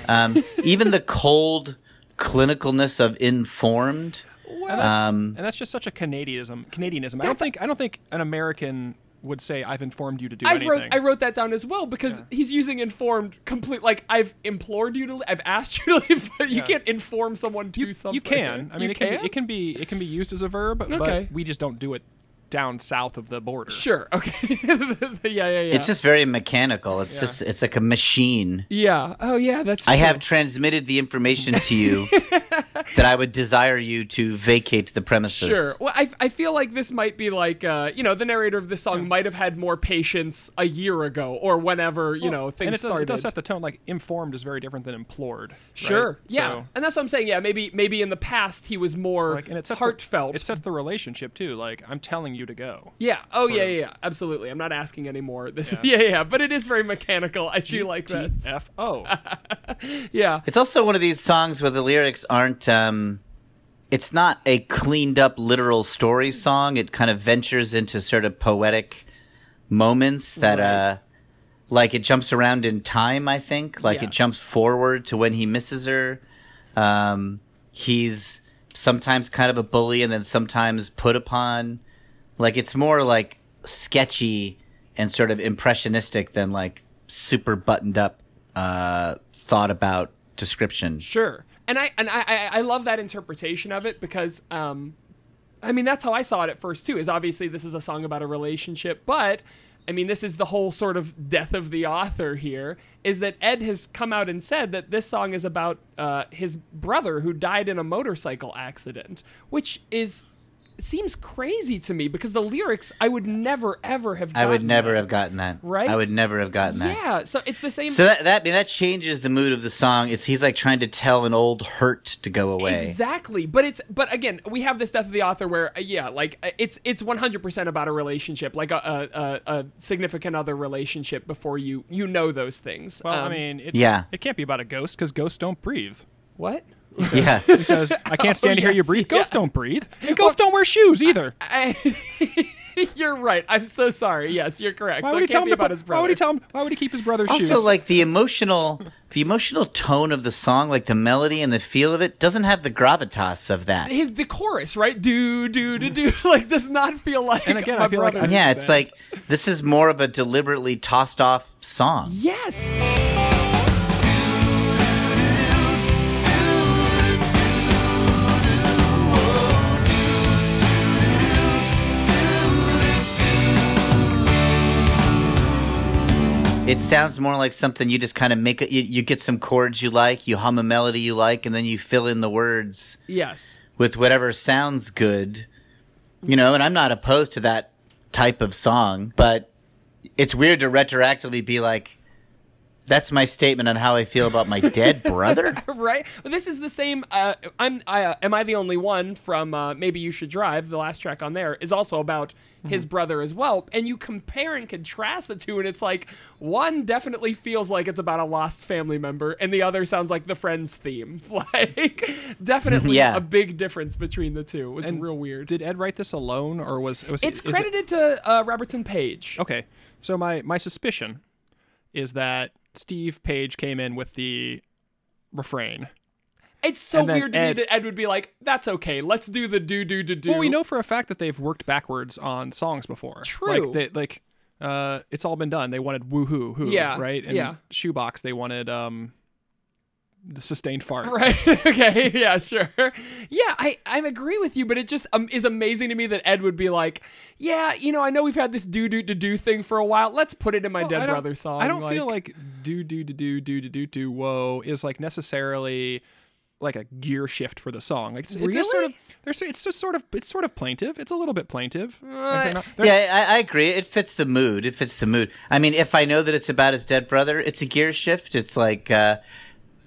[SPEAKER 2] (laughs)
[SPEAKER 4] Um, even the cold clinicalness of informed.
[SPEAKER 3] And that's,
[SPEAKER 4] Um,
[SPEAKER 3] and that's just such a Canadianism. Canadianism. I don't think I don't think an American would say, "I've informed you to do
[SPEAKER 2] I
[SPEAKER 3] anything."
[SPEAKER 2] wrote I wrote that down as well because he's using informed complete like I've implored you to leave, I've asked you to leave (laughs) but you can't inform someone to do something.
[SPEAKER 3] You can. I mean,
[SPEAKER 2] You
[SPEAKER 3] it can. Be, it can be. It can be used as a verb,
[SPEAKER 2] Okay.
[SPEAKER 3] but we just don't do it down south of the border.
[SPEAKER 2] Sure. (laughs) Okay. yeah, yeah, yeah.
[SPEAKER 4] It's just very mechanical. It's just, it's like a machine.
[SPEAKER 2] Yeah. Oh yeah, that's
[SPEAKER 4] I
[SPEAKER 2] true.
[SPEAKER 4] have transmitted the information
[SPEAKER 2] (laughs)
[SPEAKER 4] to you that I would desire you to vacate the premises.
[SPEAKER 2] Sure. Well, I, I feel like this might be like, uh, you know, the narrator of this song might have had more patience a year ago or whenever, you know, things
[SPEAKER 3] and it does,
[SPEAKER 2] started.
[SPEAKER 3] it does set the tone. Like informed is very different than implored. right?
[SPEAKER 2] sure. Yeah.
[SPEAKER 3] So,
[SPEAKER 2] And that's what I'm saying. Yeah. Maybe maybe in the past he was more
[SPEAKER 3] like, and it sets the-
[SPEAKER 2] heartfelt.
[SPEAKER 3] it sets the relationship too. Like I'm telling you to go.
[SPEAKER 2] yeah. Oh yeah,
[SPEAKER 3] of.
[SPEAKER 2] yeah. Yeah. Absolutely. I'm not asking anymore. This. (laughs) Yeah. yeah. Yeah. But it is very mechanical. I do like that.
[SPEAKER 3] F O.
[SPEAKER 2] Yeah.
[SPEAKER 4] It's also one of these songs where the lyrics aren't. Um, it's not a cleaned up literal story song. It kind of ventures into sort of poetic moments that, uh, like, it jumps around in time. I think, like, it
[SPEAKER 2] Yes.
[SPEAKER 4] jumps forward to when he misses her. Um, he's sometimes kind of a bully, and then sometimes put upon. Like, it's more like sketchy and sort of impressionistic than like super buttoned up, uh, thought about description.
[SPEAKER 2] Sure. And I and I, I I love that interpretation of it because um I mean that's how I saw it at first too, is obviously this is a song about a relationship, but I mean this is the whole sort of death of the author here, is that Ed has come out and said that this song is about uh his brother who died in a motorcycle accident, which is seems crazy to me because the lyrics I would never ever have
[SPEAKER 4] I
[SPEAKER 2] gotten
[SPEAKER 4] would never
[SPEAKER 2] that.
[SPEAKER 4] have gotten that.
[SPEAKER 2] Right?
[SPEAKER 4] I would never have gotten that.
[SPEAKER 2] Yeah, so it's the same
[SPEAKER 4] So that that I mean, that changes the mood of the song. It's he's like trying to tell an old hurt to go away.
[SPEAKER 2] Exactly, but it's but again, we have this death of the author where uh, yeah, like uh, it's it's one hundred percent about a relationship, like a, a, a, a significant other relationship before you you know those things.
[SPEAKER 3] Well,
[SPEAKER 2] (laughs)
[SPEAKER 3] I
[SPEAKER 2] Um,
[SPEAKER 3] mean, it,
[SPEAKER 4] yeah.
[SPEAKER 3] It can't be about a ghost because ghosts don't breathe.
[SPEAKER 2] (laughs) what?
[SPEAKER 4] Yeah.
[SPEAKER 2] (laughs)
[SPEAKER 3] He says, "I can't stand to hear you
[SPEAKER 2] Oh, yes, (laughs) yeah. (laughs)
[SPEAKER 3] breathe. Ghosts don't breathe, and ghosts don't wear shoes either."
[SPEAKER 2] I- you're right. I'm so sorry. Yes, you're correct.
[SPEAKER 3] Why
[SPEAKER 2] so
[SPEAKER 3] would
[SPEAKER 2] it can't
[SPEAKER 3] he tell him
[SPEAKER 2] be
[SPEAKER 3] to
[SPEAKER 2] about
[SPEAKER 3] put-
[SPEAKER 2] his brother.
[SPEAKER 3] Why would he tell him? Why would he keep his brother's shoes?
[SPEAKER 4] Also, like the emotional, the emotional tone of the song, like the melody and the feel of it, doesn't have the gravitas of that.
[SPEAKER 2] his the chorus, right? Do do do (laughs) do. Like does not feel like.
[SPEAKER 3] And again,
[SPEAKER 2] my
[SPEAKER 3] I feel like
[SPEAKER 2] brother.
[SPEAKER 3] I-
[SPEAKER 4] Yeah,
[SPEAKER 3] Thank you,
[SPEAKER 4] it's
[SPEAKER 3] Ben.
[SPEAKER 4] like this is more of a deliberately tossed off song.
[SPEAKER 2] yes.
[SPEAKER 4] It sounds more like something you just kind of make. A, you, you get some chords you like, you hum a melody you like, and then you fill in the words
[SPEAKER 2] Yes.
[SPEAKER 4] with whatever sounds good. You know, and I'm not opposed to that type of song, but it's weird to retroactively be like, "That's my statement on how I feel about my dead brother."
[SPEAKER 2] (laughs) right? This is the same. Uh, I'm. I, uh, am I the only one from uh, maybe you should drive? The last track on there is also about his brother as well, and you compare and contrast the two, and it's like one definitely feels like it's about a lost family member, and the other sounds like the Friends theme. (laughs) Like definitely
[SPEAKER 4] Yeah.
[SPEAKER 2] a big difference between the two. It was real weird.
[SPEAKER 3] did Ed write this alone, or was was
[SPEAKER 2] it's
[SPEAKER 3] is it-
[SPEAKER 2] credited to uh, Robertson Page.
[SPEAKER 3] Okay. So my my suspicion is that Steve Page came in with the refrain.
[SPEAKER 2] It's so
[SPEAKER 3] And then
[SPEAKER 2] weird to
[SPEAKER 3] Ed-
[SPEAKER 2] me that Ed would be like, "That's okay. Let's do the do do do do."
[SPEAKER 3] Well, we know for a fact that they've worked backwards on songs before.
[SPEAKER 2] True.
[SPEAKER 3] Like they like uh it's all been done. They wanted woohoo hoo,
[SPEAKER 2] Yeah,
[SPEAKER 3] right? And
[SPEAKER 2] yeah.
[SPEAKER 3] shoebox they wanted um the sustained fart. (laughs)
[SPEAKER 2] Right. (laughs) okay. Yeah. Sure. Yeah. I I agree with you, but it just um, is amazing to me that Ed would be like, yeah, you know, I know we've had this do do do do thing for a while. Let's put it in my
[SPEAKER 3] Well,
[SPEAKER 2] dead
[SPEAKER 3] I don't-
[SPEAKER 2] brother song.
[SPEAKER 3] I don't feel like do do do do do do do do whoa is like necessarily like a gear shift for the song. Like it's, it's- they're sort
[SPEAKER 2] Really?
[SPEAKER 3] of there's it's just sort of it's sort of plaintive. It's a little bit plaintive. Like, they're
[SPEAKER 2] Uh,
[SPEAKER 3] not- they're-
[SPEAKER 4] Yeah, I, I agree. It fits the mood. It fits the mood. I mean, if I know that it's about his dead brother, it's a gear shift. It's like, uh,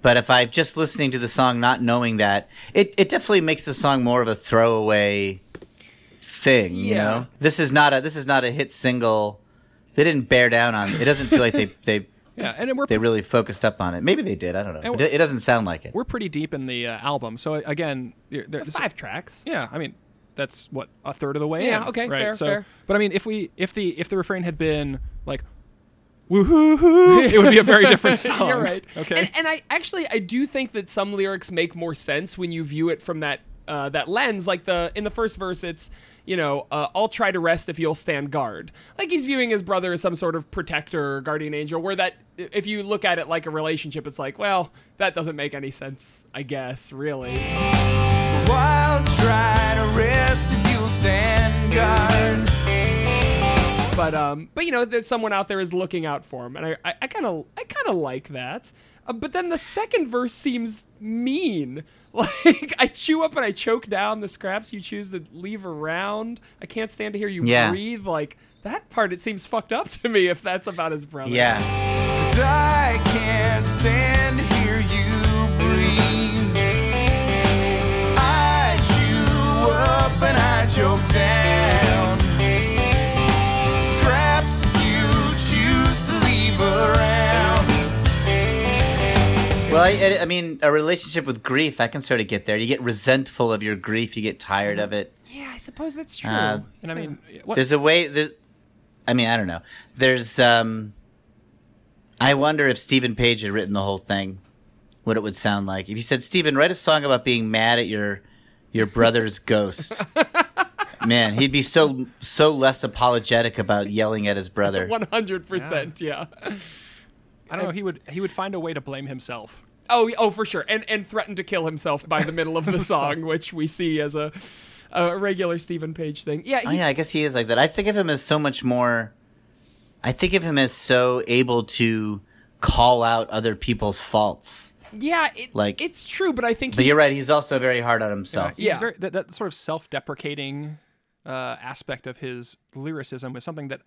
[SPEAKER 4] but if I'm just listening to the song, not knowing that, it, it definitely makes the song more of a throwaway thing. You
[SPEAKER 2] Yeah.
[SPEAKER 4] know, this is not a this is not a hit single. They didn't bear down on. It doesn't feel like they they
[SPEAKER 3] yeah, and then we're
[SPEAKER 4] they really focused up on it. Maybe they did. I don't know.
[SPEAKER 3] And
[SPEAKER 4] It, it doesn't sound like it.
[SPEAKER 3] we're pretty deep in the uh, album. So uh, again, there, there, this-
[SPEAKER 2] five tracks.
[SPEAKER 3] yeah, I mean that's what a third of the way.
[SPEAKER 2] Yeah,
[SPEAKER 3] in,
[SPEAKER 2] okay,
[SPEAKER 3] right?
[SPEAKER 2] fair,
[SPEAKER 3] so,
[SPEAKER 2] fair.
[SPEAKER 3] But I mean, if we if the if the refrain had been like woohoo, it would be a very different
[SPEAKER 2] (laughs)
[SPEAKER 3] song.
[SPEAKER 2] You're right.
[SPEAKER 3] Okay.
[SPEAKER 2] And, and I actually I do think that some lyrics make more sense when you view it from that uh, that lens. Like the in the first verse, it's you know uh, I'll try to rest if you'll stand guard. Like he's viewing his brother as some sort of protector or guardian angel. Where that if you look at it like a relationship, it's like well that doesn't make any sense. I guess really.
[SPEAKER 5] So I'll try to rest if you'll stand guard.
[SPEAKER 2] but um, but you know, there's someone out there is looking out for him, and I I kind of I kind of like that. Uh, but then the second verse seems mean. (laughs) Like I chew up and I choke down the scraps you choose to leave around. I can't stand to hear you
[SPEAKER 4] Yeah.
[SPEAKER 2] breathe. Like that part, it seems fucked up to me. If that's about his brother,
[SPEAKER 4] yeah,
[SPEAKER 5] 'Cause I can't stand to hear you breathe. I chew up and I choke down. Scraps you choose to leave around.
[SPEAKER 4] well, I, I- I mean, a relationship with grief, I can sort of get there. You get resentful of your grief, you get tired of it.
[SPEAKER 2] yeah, I suppose that's true.
[SPEAKER 4] Uh,
[SPEAKER 3] And I mean, what,
[SPEAKER 4] There's a way that I mean, I don't know. There's um I wonder if Stephen Page had written the whole thing, what it would sound like. If you said, Stephen, write a song about being mad at your your brother's ghost. Man, he'd be so so less apologetic about yelling at his brother.
[SPEAKER 2] One hundred percent, yeah.
[SPEAKER 3] I don't know. He would he would find a way to blame himself.
[SPEAKER 2] Oh, oh, for sure, and and threatened to kill himself by the middle of (laughs) the song, which we see as a a regular Stephen Page thing. Yeah, he
[SPEAKER 4] Oh yeah, I guess he is like that. I think of him as so much more. I think of him as so able to call out other people's faults.
[SPEAKER 2] Yeah, it,
[SPEAKER 4] Like-
[SPEAKER 2] it's true, but I think
[SPEAKER 4] But
[SPEAKER 2] he,
[SPEAKER 4] you're right; he's also very hard on himself.
[SPEAKER 3] He's
[SPEAKER 2] Yeah.
[SPEAKER 3] very, that, that sort of self-deprecating uh, aspect of his lyricism is something that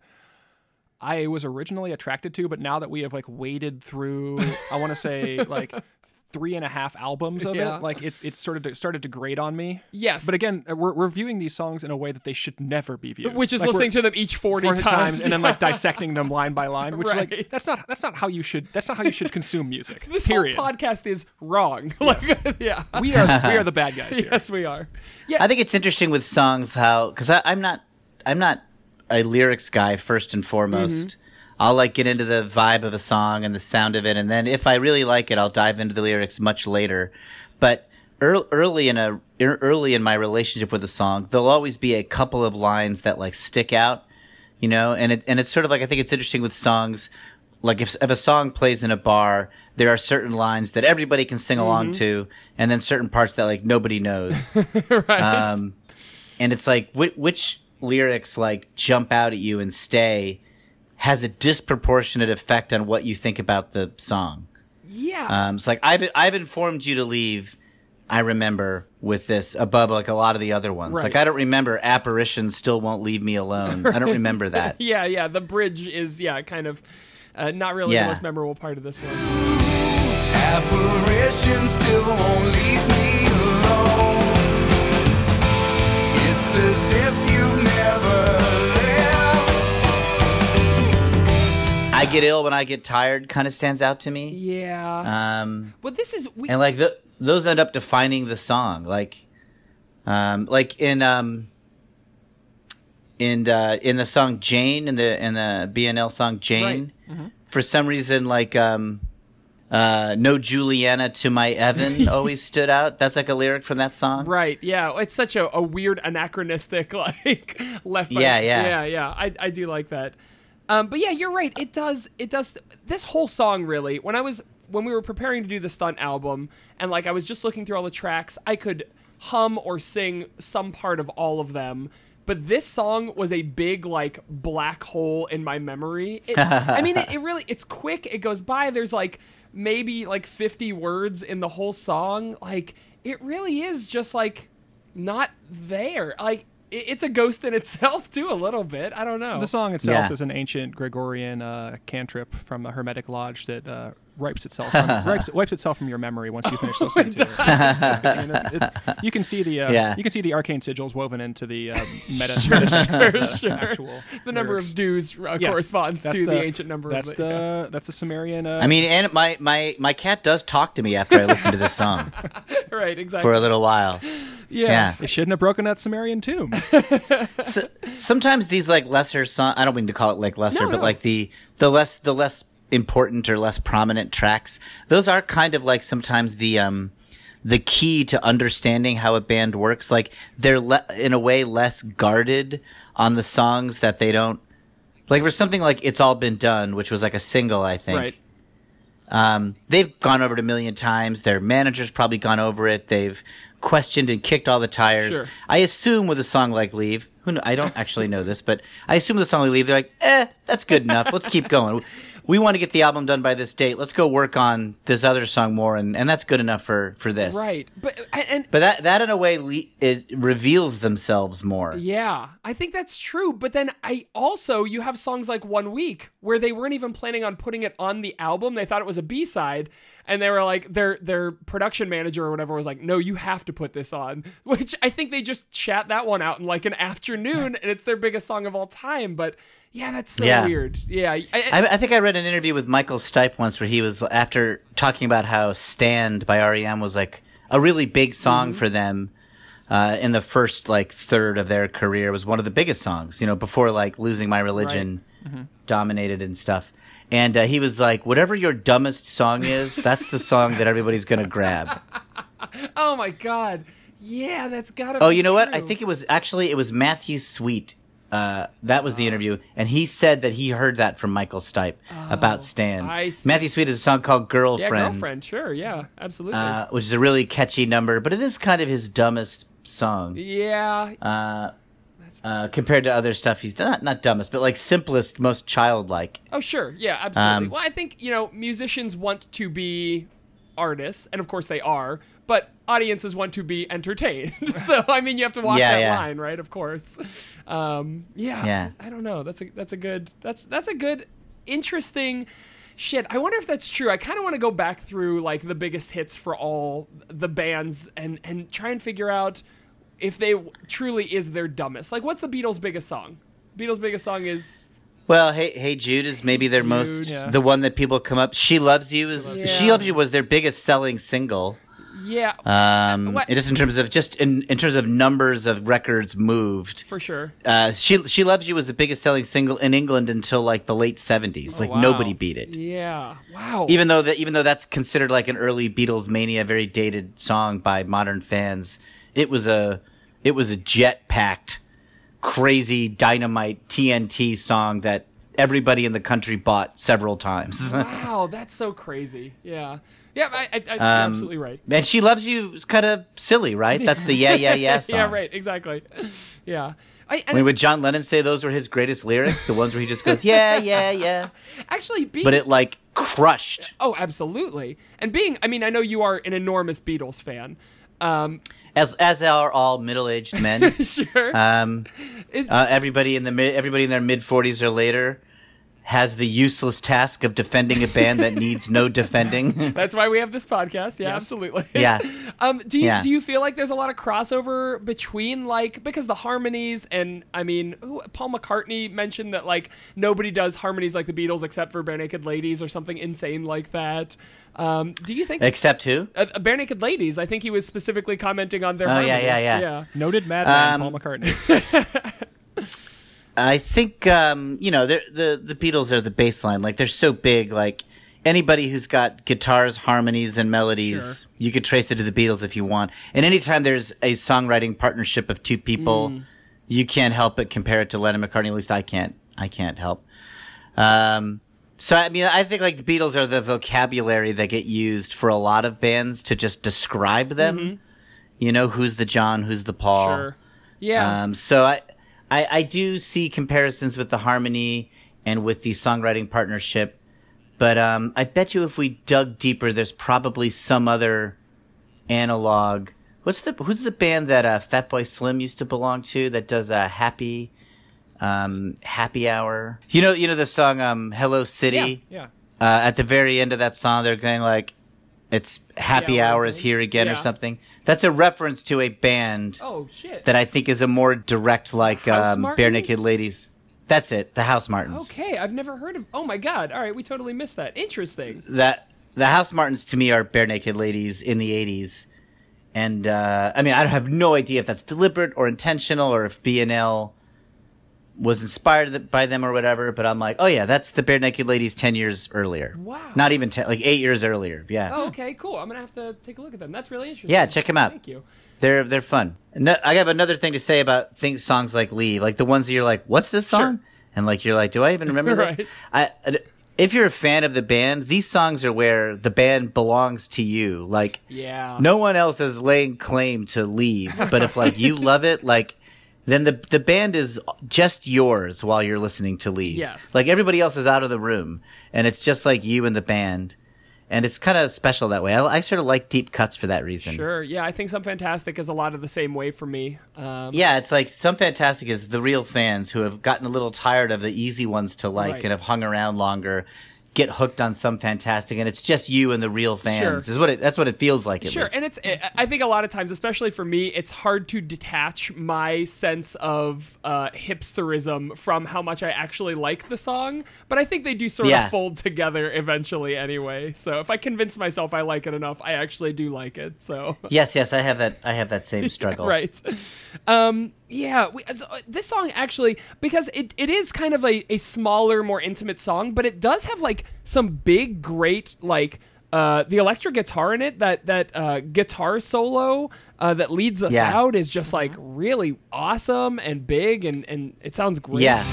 [SPEAKER 3] I was originally attracted to, but now that we have like waded through, I want to
[SPEAKER 2] (laughs)
[SPEAKER 3] say like three and a half albums of
[SPEAKER 2] Yeah.
[SPEAKER 3] it, like it, it sort of de- started to grade on me.
[SPEAKER 2] Yes.
[SPEAKER 3] But again, uh, we're, we're viewing these songs in a way that they should never be viewed,
[SPEAKER 2] which is
[SPEAKER 3] Like, we're-
[SPEAKER 2] listening to them each 40,
[SPEAKER 3] 40
[SPEAKER 2] times,
[SPEAKER 3] times, and then like dissecting them line by line, which
[SPEAKER 2] (laughs)
[SPEAKER 3] is
[SPEAKER 2] Right.
[SPEAKER 3] like that's not that's not
[SPEAKER 2] (laughs)
[SPEAKER 3] how you should that's not how you should consume music.
[SPEAKER 2] this
[SPEAKER 3] period.
[SPEAKER 2] whole podcast is wrong. (laughs) Like, yeah.
[SPEAKER 3] we are
[SPEAKER 2] (laughs)
[SPEAKER 3] we are the bad guys here.
[SPEAKER 2] yes, we are. Yeah.
[SPEAKER 4] I think it's interesting with songs how because I'm not I'm not a lyrics guy first and foremost. I'll like get into the vibe of a song and the sound of it, and then if I really like it, I'll dive into the lyrics much later. But ear- early in a ear- early in my relationship with a song, there'll always be a couple of lines that like stick out, you know. And it and it's sort of like I think it's interesting with songs. Like if if a song plays in a bar, there are certain lines that everybody can sing along to, and then certain parts that like nobody knows. Um, and it's like which, which lyrics like jump out at you and stay has a disproportionate effect on what you think about the song.
[SPEAKER 2] Yeah.
[SPEAKER 4] Um, it's like I've I've informed you to leave. I remember with this above like a lot of the other ones.
[SPEAKER 3] Right.
[SPEAKER 4] Like I don't remember apparition still won't leave me alone. I don't remember that.
[SPEAKER 2] yeah, yeah. The bridge is, yeah, kind of uh, not really
[SPEAKER 4] Yeah.
[SPEAKER 2] the most memorable part of this one.
[SPEAKER 5] Apparition still won't leave me alone. It's as if you never left.
[SPEAKER 4] I get ill when I get tired kind of stands out to me.
[SPEAKER 2] Yeah.
[SPEAKER 4] Um,
[SPEAKER 2] well, this is. We,
[SPEAKER 4] and like the, those end up defining the song like um like in um in uh in the song jane in the in the bnl song jane for some reason like um uh no juliana to my evan always stood out that's like a lyric from that song
[SPEAKER 2] Right, yeah, it's such a, a weird anachronistic (laughs) like left. by-
[SPEAKER 4] Yeah, yeah.
[SPEAKER 2] yeah, yeah. I, I do like that. Um, but yeah, you're right. It does. It does. This whole song really. When I was when we were preparing to do the stunt album, and like I was just looking through all the tracks, I could hum or sing some part of all of them. But this song was a big like black hole in my memory.
[SPEAKER 4] (laughs)
[SPEAKER 2] It, I mean, it, it really it's quick. It goes by. There's like maybe like 50 words in the whole song. Like it really is just like not there. Like it, it's a ghost in itself too, a little bit. I don't know.
[SPEAKER 3] The song itself
[SPEAKER 4] Yeah.
[SPEAKER 3] is an ancient Gregorian uh, cantrip from the Hermetic Lodge that uh, wipes
[SPEAKER 2] (laughs)
[SPEAKER 3] itself from, wipes, wipes itself from your memory once you
[SPEAKER 2] Oh,
[SPEAKER 3] finish listening to it. I mean, it's- it's- you can see the uh,
[SPEAKER 4] Yeah.
[SPEAKER 3] you can see the arcane sigils woven into the uh, meta.
[SPEAKER 2] (laughs) sure,
[SPEAKER 3] meta-
[SPEAKER 2] sure,
[SPEAKER 3] uh,
[SPEAKER 2] sure.
[SPEAKER 3] actual
[SPEAKER 2] the number
[SPEAKER 3] lyrics.
[SPEAKER 2] of dues uh,
[SPEAKER 3] Yeah.
[SPEAKER 2] corresponds
[SPEAKER 3] That's
[SPEAKER 2] to the, ancient number
[SPEAKER 3] That's
[SPEAKER 2] of
[SPEAKER 3] the
[SPEAKER 2] yeah.
[SPEAKER 3] that's the Sumerian. Uh,
[SPEAKER 4] i mean and my my my cat does talk to me after i listen to this song
[SPEAKER 2] (laughs) right exactly
[SPEAKER 4] for a little while yeah
[SPEAKER 3] they shouldn't have broken that
[SPEAKER 2] (laughs)
[SPEAKER 3] Sumerian tomb.
[SPEAKER 4] so, sometimes these like lesser song I don't mean to call it like lesser,
[SPEAKER 2] No,
[SPEAKER 4] but
[SPEAKER 2] no.
[SPEAKER 4] like the the less the less important or less prominent tracks. Those are kind of like sometimes the um the key to understanding how a band works. Like they're le- in a way less guarded on the songs that they don't like for something like it's all been done, which was like a single, I think.
[SPEAKER 2] right
[SPEAKER 4] Um, they've gone over it a million times. Their manager's probably gone over it. They've questioned and kicked all the tires.
[SPEAKER 2] Sure.
[SPEAKER 4] I assume with a song like "Leave," who kn- I don't actually know this, but I assume with a song like "Leave," they're like, "Eh, that's good enough. Let's keep going. We want to get the album done by this date. Let's go work on this other song more, and, and that's good enough for for this."
[SPEAKER 2] right but and, and
[SPEAKER 4] But that that in a way le- is, reveals themselves more.
[SPEAKER 2] yeah i think that's true but then i also you have songs like one week where they weren't even planning on putting it on the album they thought it was a b-side and they were like their their production manager or whatever was like no you have to put this on (laughs) which i think they just chat that one out in like an
[SPEAKER 4] (laughs)
[SPEAKER 2] afternoon and it's their biggest song of all time but yeah that's so
[SPEAKER 4] Yeah.
[SPEAKER 2] weird yeah I- I-
[SPEAKER 4] I, I think I read an interview with Michael Stipe once where he was after talking about how "Stand" by REM was like a really big song for them uh, in the first like third of their career It was one of the biggest songs. You know, before like "Losing My Religion" dominated and stuff. And uh, he was like, "Whatever your dumbest song is, that's the song that everybody's gonna grab."
[SPEAKER 2] Oh my god. Yeah, that's gotta
[SPEAKER 4] Oh,
[SPEAKER 2] be
[SPEAKER 4] you know what? I
[SPEAKER 2] true.
[SPEAKER 4] think it was actually it was Matthew Sweet. Uh, that
[SPEAKER 2] Ah.
[SPEAKER 4] was the interview, and he said that he heard that from Michael Stipe about Stan.
[SPEAKER 2] Oh, I see.
[SPEAKER 4] Matthew Sweet has a song called "Girlfriend,"
[SPEAKER 2] Yeah, girlfriend, sure, yeah, absolutely.
[SPEAKER 4] Uh, which is a really catchy number, but it is kind of his dumbest song
[SPEAKER 2] yeah.
[SPEAKER 4] uh, uh, compared to other stuff he's done. Not, not dumbest, but like simplest, most childlike.
[SPEAKER 2] oh sure, yeah, absolutely.
[SPEAKER 4] um,
[SPEAKER 2] well I think, you know, musicians want to be artists, and of course they are, but audiences want to be entertained. (laughs) so I mean you have to walk
[SPEAKER 4] Yeah,
[SPEAKER 2] that
[SPEAKER 4] yeah.
[SPEAKER 2] line, right? Of course. Um yeah.
[SPEAKER 4] Yeah.
[SPEAKER 2] I don't know. That's a that's a good that's that's a good interesting Shit, I wonder if that's true. I kind of want to go back through like the biggest hits for all the bands and and try and figure out if they w- truly is their dumbest. Like, what's the Beatles' biggest song? Beatles' biggest song is
[SPEAKER 4] Well, hey, hey Jude is maybe their most
[SPEAKER 3] yeah.
[SPEAKER 4] the one that people come up. She loves you is
[SPEAKER 2] Loves You.
[SPEAKER 4] she
[SPEAKER 2] Yeah.
[SPEAKER 4] loves you was their biggest selling single.
[SPEAKER 2] Yeah,
[SPEAKER 4] Um,
[SPEAKER 2] What-
[SPEAKER 4] and just in terms of just in, in terms of numbers of records moved,
[SPEAKER 2] for sure.
[SPEAKER 4] uh, she she loves you was the biggest selling single in England until like the late seventies. like
[SPEAKER 3] wow.
[SPEAKER 4] nobody beat it.
[SPEAKER 2] Yeah. Wow.
[SPEAKER 4] Even though that even though that's considered like an early Beatles mania, very dated song by modern fans, it was a it was a jet packed, crazy dynamite TNT song that everybody in the country bought several times.
[SPEAKER 2] wow, that's so crazy. Yeah. Yeah, I, I, I,
[SPEAKER 4] Um,
[SPEAKER 2] you're absolutely right.
[SPEAKER 4] (laughs) and she loves you is kind of silly, right? That's the yeah (laughs) yeah yeah
[SPEAKER 2] (laughs)
[SPEAKER 4] song.
[SPEAKER 2] Yeah, right. Exactly. (laughs) Yeah. I,
[SPEAKER 4] I
[SPEAKER 2] and
[SPEAKER 4] mean, would John Lennon say those were his greatest lyrics? The ones where he just goes, yeah, yeah, yeah.
[SPEAKER 2] actually, being
[SPEAKER 4] But it like crushed.
[SPEAKER 2] oh, absolutely. And being, I mean, I know you are an enormous Beatles fan. Um, (laughs)
[SPEAKER 4] As as are all middle aged men.
[SPEAKER 2] sure.
[SPEAKER 4] Um,
[SPEAKER 2] Is-
[SPEAKER 4] uh, everybody in the mi- everybody in their mid forties or later has the useless task of defending a band that needs no defending.
[SPEAKER 2] That's why we have this podcast. Yeah, absolutely. (laughs)
[SPEAKER 4] yeah,
[SPEAKER 2] Um, do you
[SPEAKER 4] Yeah.
[SPEAKER 2] do you feel like there's a lot of crossover between like because the harmonies and I mean who, Paul McCartney mentioned that like nobody does harmonies like the Beatles except for Bare Naked Ladies or something insane like that. Um, do you think
[SPEAKER 4] except who?
[SPEAKER 2] uh, Bare Naked Ladies? I think he was specifically commenting on their
[SPEAKER 4] Oh, yeah,
[SPEAKER 2] harmonies.
[SPEAKER 4] yeah, yeah.
[SPEAKER 3] Noted madman
[SPEAKER 4] Um,
[SPEAKER 3] Paul McCartney.
[SPEAKER 4] I think um, you know they're- the the Beatles are the baseline. Like they're so big. Like anybody who's got guitars, harmonies, and melodies, you could trace it to the Beatles if you want. And anytime there's a songwriting partnership of two people, you can't help but compare it to Lennon McCartney. At least I can't. I can't help. Um, so I mean, I think like the Beatles are the vocabulary that get used for a lot of bands to just describe them. You know, who's the John, who's the Paul.
[SPEAKER 2] Sure. Yeah.
[SPEAKER 4] Um, so I, I, I do see comparisons with the harmony and with the songwriting partnership, but um, I bet you if we dug deeper, there's probably some other analog. What's the who's the band that uh, Fatboy Slim used to belong to that does a happy, um, happy hour? You know, you know the song um, "Hello City."
[SPEAKER 3] yeah.
[SPEAKER 4] Uh, at the very end of that song, they're going like, "It's happy
[SPEAKER 2] Yeah,
[SPEAKER 4] hour
[SPEAKER 2] okay.
[SPEAKER 4] is here again"
[SPEAKER 2] Yeah.
[SPEAKER 4] or something. That's a reference to a band
[SPEAKER 2] oh shit.
[SPEAKER 4] that I think is a more direct like
[SPEAKER 2] House
[SPEAKER 4] um, bare
[SPEAKER 2] Martins?
[SPEAKER 4] naked ladies. That's it, the House Martins.
[SPEAKER 2] okay, I've never heard of. Oh my god. All right, we totally missed that.
[SPEAKER 4] (laughs)
[SPEAKER 2] Interesting.
[SPEAKER 4] That the House Martins to me are bare naked ladies in the '80s, and uh, I mean I have no idea if that's deliberate or intentional or if BNL was inspired th- by them or whatever. But I'm like, oh yeah, that's the bare naked ladies ten years earlier.
[SPEAKER 2] Wow.
[SPEAKER 4] Not even ten, like eight years earlier. Yeah.
[SPEAKER 2] Oh, okay, cool. I'm gonna have to take a look at them. That's really interesting.
[SPEAKER 4] Yeah, check 'em out.
[SPEAKER 2] Thank you.
[SPEAKER 4] They're they're fun. No, I have another thing to say about things songs like "Leave," like the ones that you're like, "What's this song?" And like you're like, "Do I even remember
[SPEAKER 2] (laughs) Right.
[SPEAKER 4] this?" I, I- if you're a fan of the band, these songs are where the band belongs to you. Like
[SPEAKER 2] Yeah.
[SPEAKER 4] no one else is laying claim to "Leave," but if like you love it, like then the the band is just yours while you're listening to "Leave."
[SPEAKER 2] Yes.
[SPEAKER 4] like everybody else is out of the room, and it's just like you and the band. And it's kind of special that way. I, I sort of like deep cuts for that reason.
[SPEAKER 2] Sure. Yeah, I think some fantastic is a lot of the same way for me. Um,
[SPEAKER 4] Yeah, it's like some fantastic is the real fans who have gotten a little tired of the easy ones to like
[SPEAKER 2] Right.
[SPEAKER 4] and have hung around longer, get hooked on some fantastic, and it's just you and the real fans
[SPEAKER 2] Sure.
[SPEAKER 4] is what it. That's what it feels like. At
[SPEAKER 2] Sure,
[SPEAKER 4] least.
[SPEAKER 2] and it's. I I think a lot of times, especially for me, it's hard to detach my sense of uh, hipsterism from how much I actually like the song. But I think they do sort
[SPEAKER 4] Yeah.
[SPEAKER 2] of fold together eventually, anyway. So if I convince myself I like it enough, I actually do like it. So
[SPEAKER 4] yes, yes, I have that. I have
[SPEAKER 2] (laughs)
[SPEAKER 4] that same struggle.
[SPEAKER 2] right um yeah we, as- uh, this song actually because it, it is kind of a, a smaller more intimate song but it does have like some big great like uh, the electric guitar in it that that uh, guitar solo uh, that leads us
[SPEAKER 4] Yeah.
[SPEAKER 2] out is just like really awesome and big and and it sounds great
[SPEAKER 4] Yeah.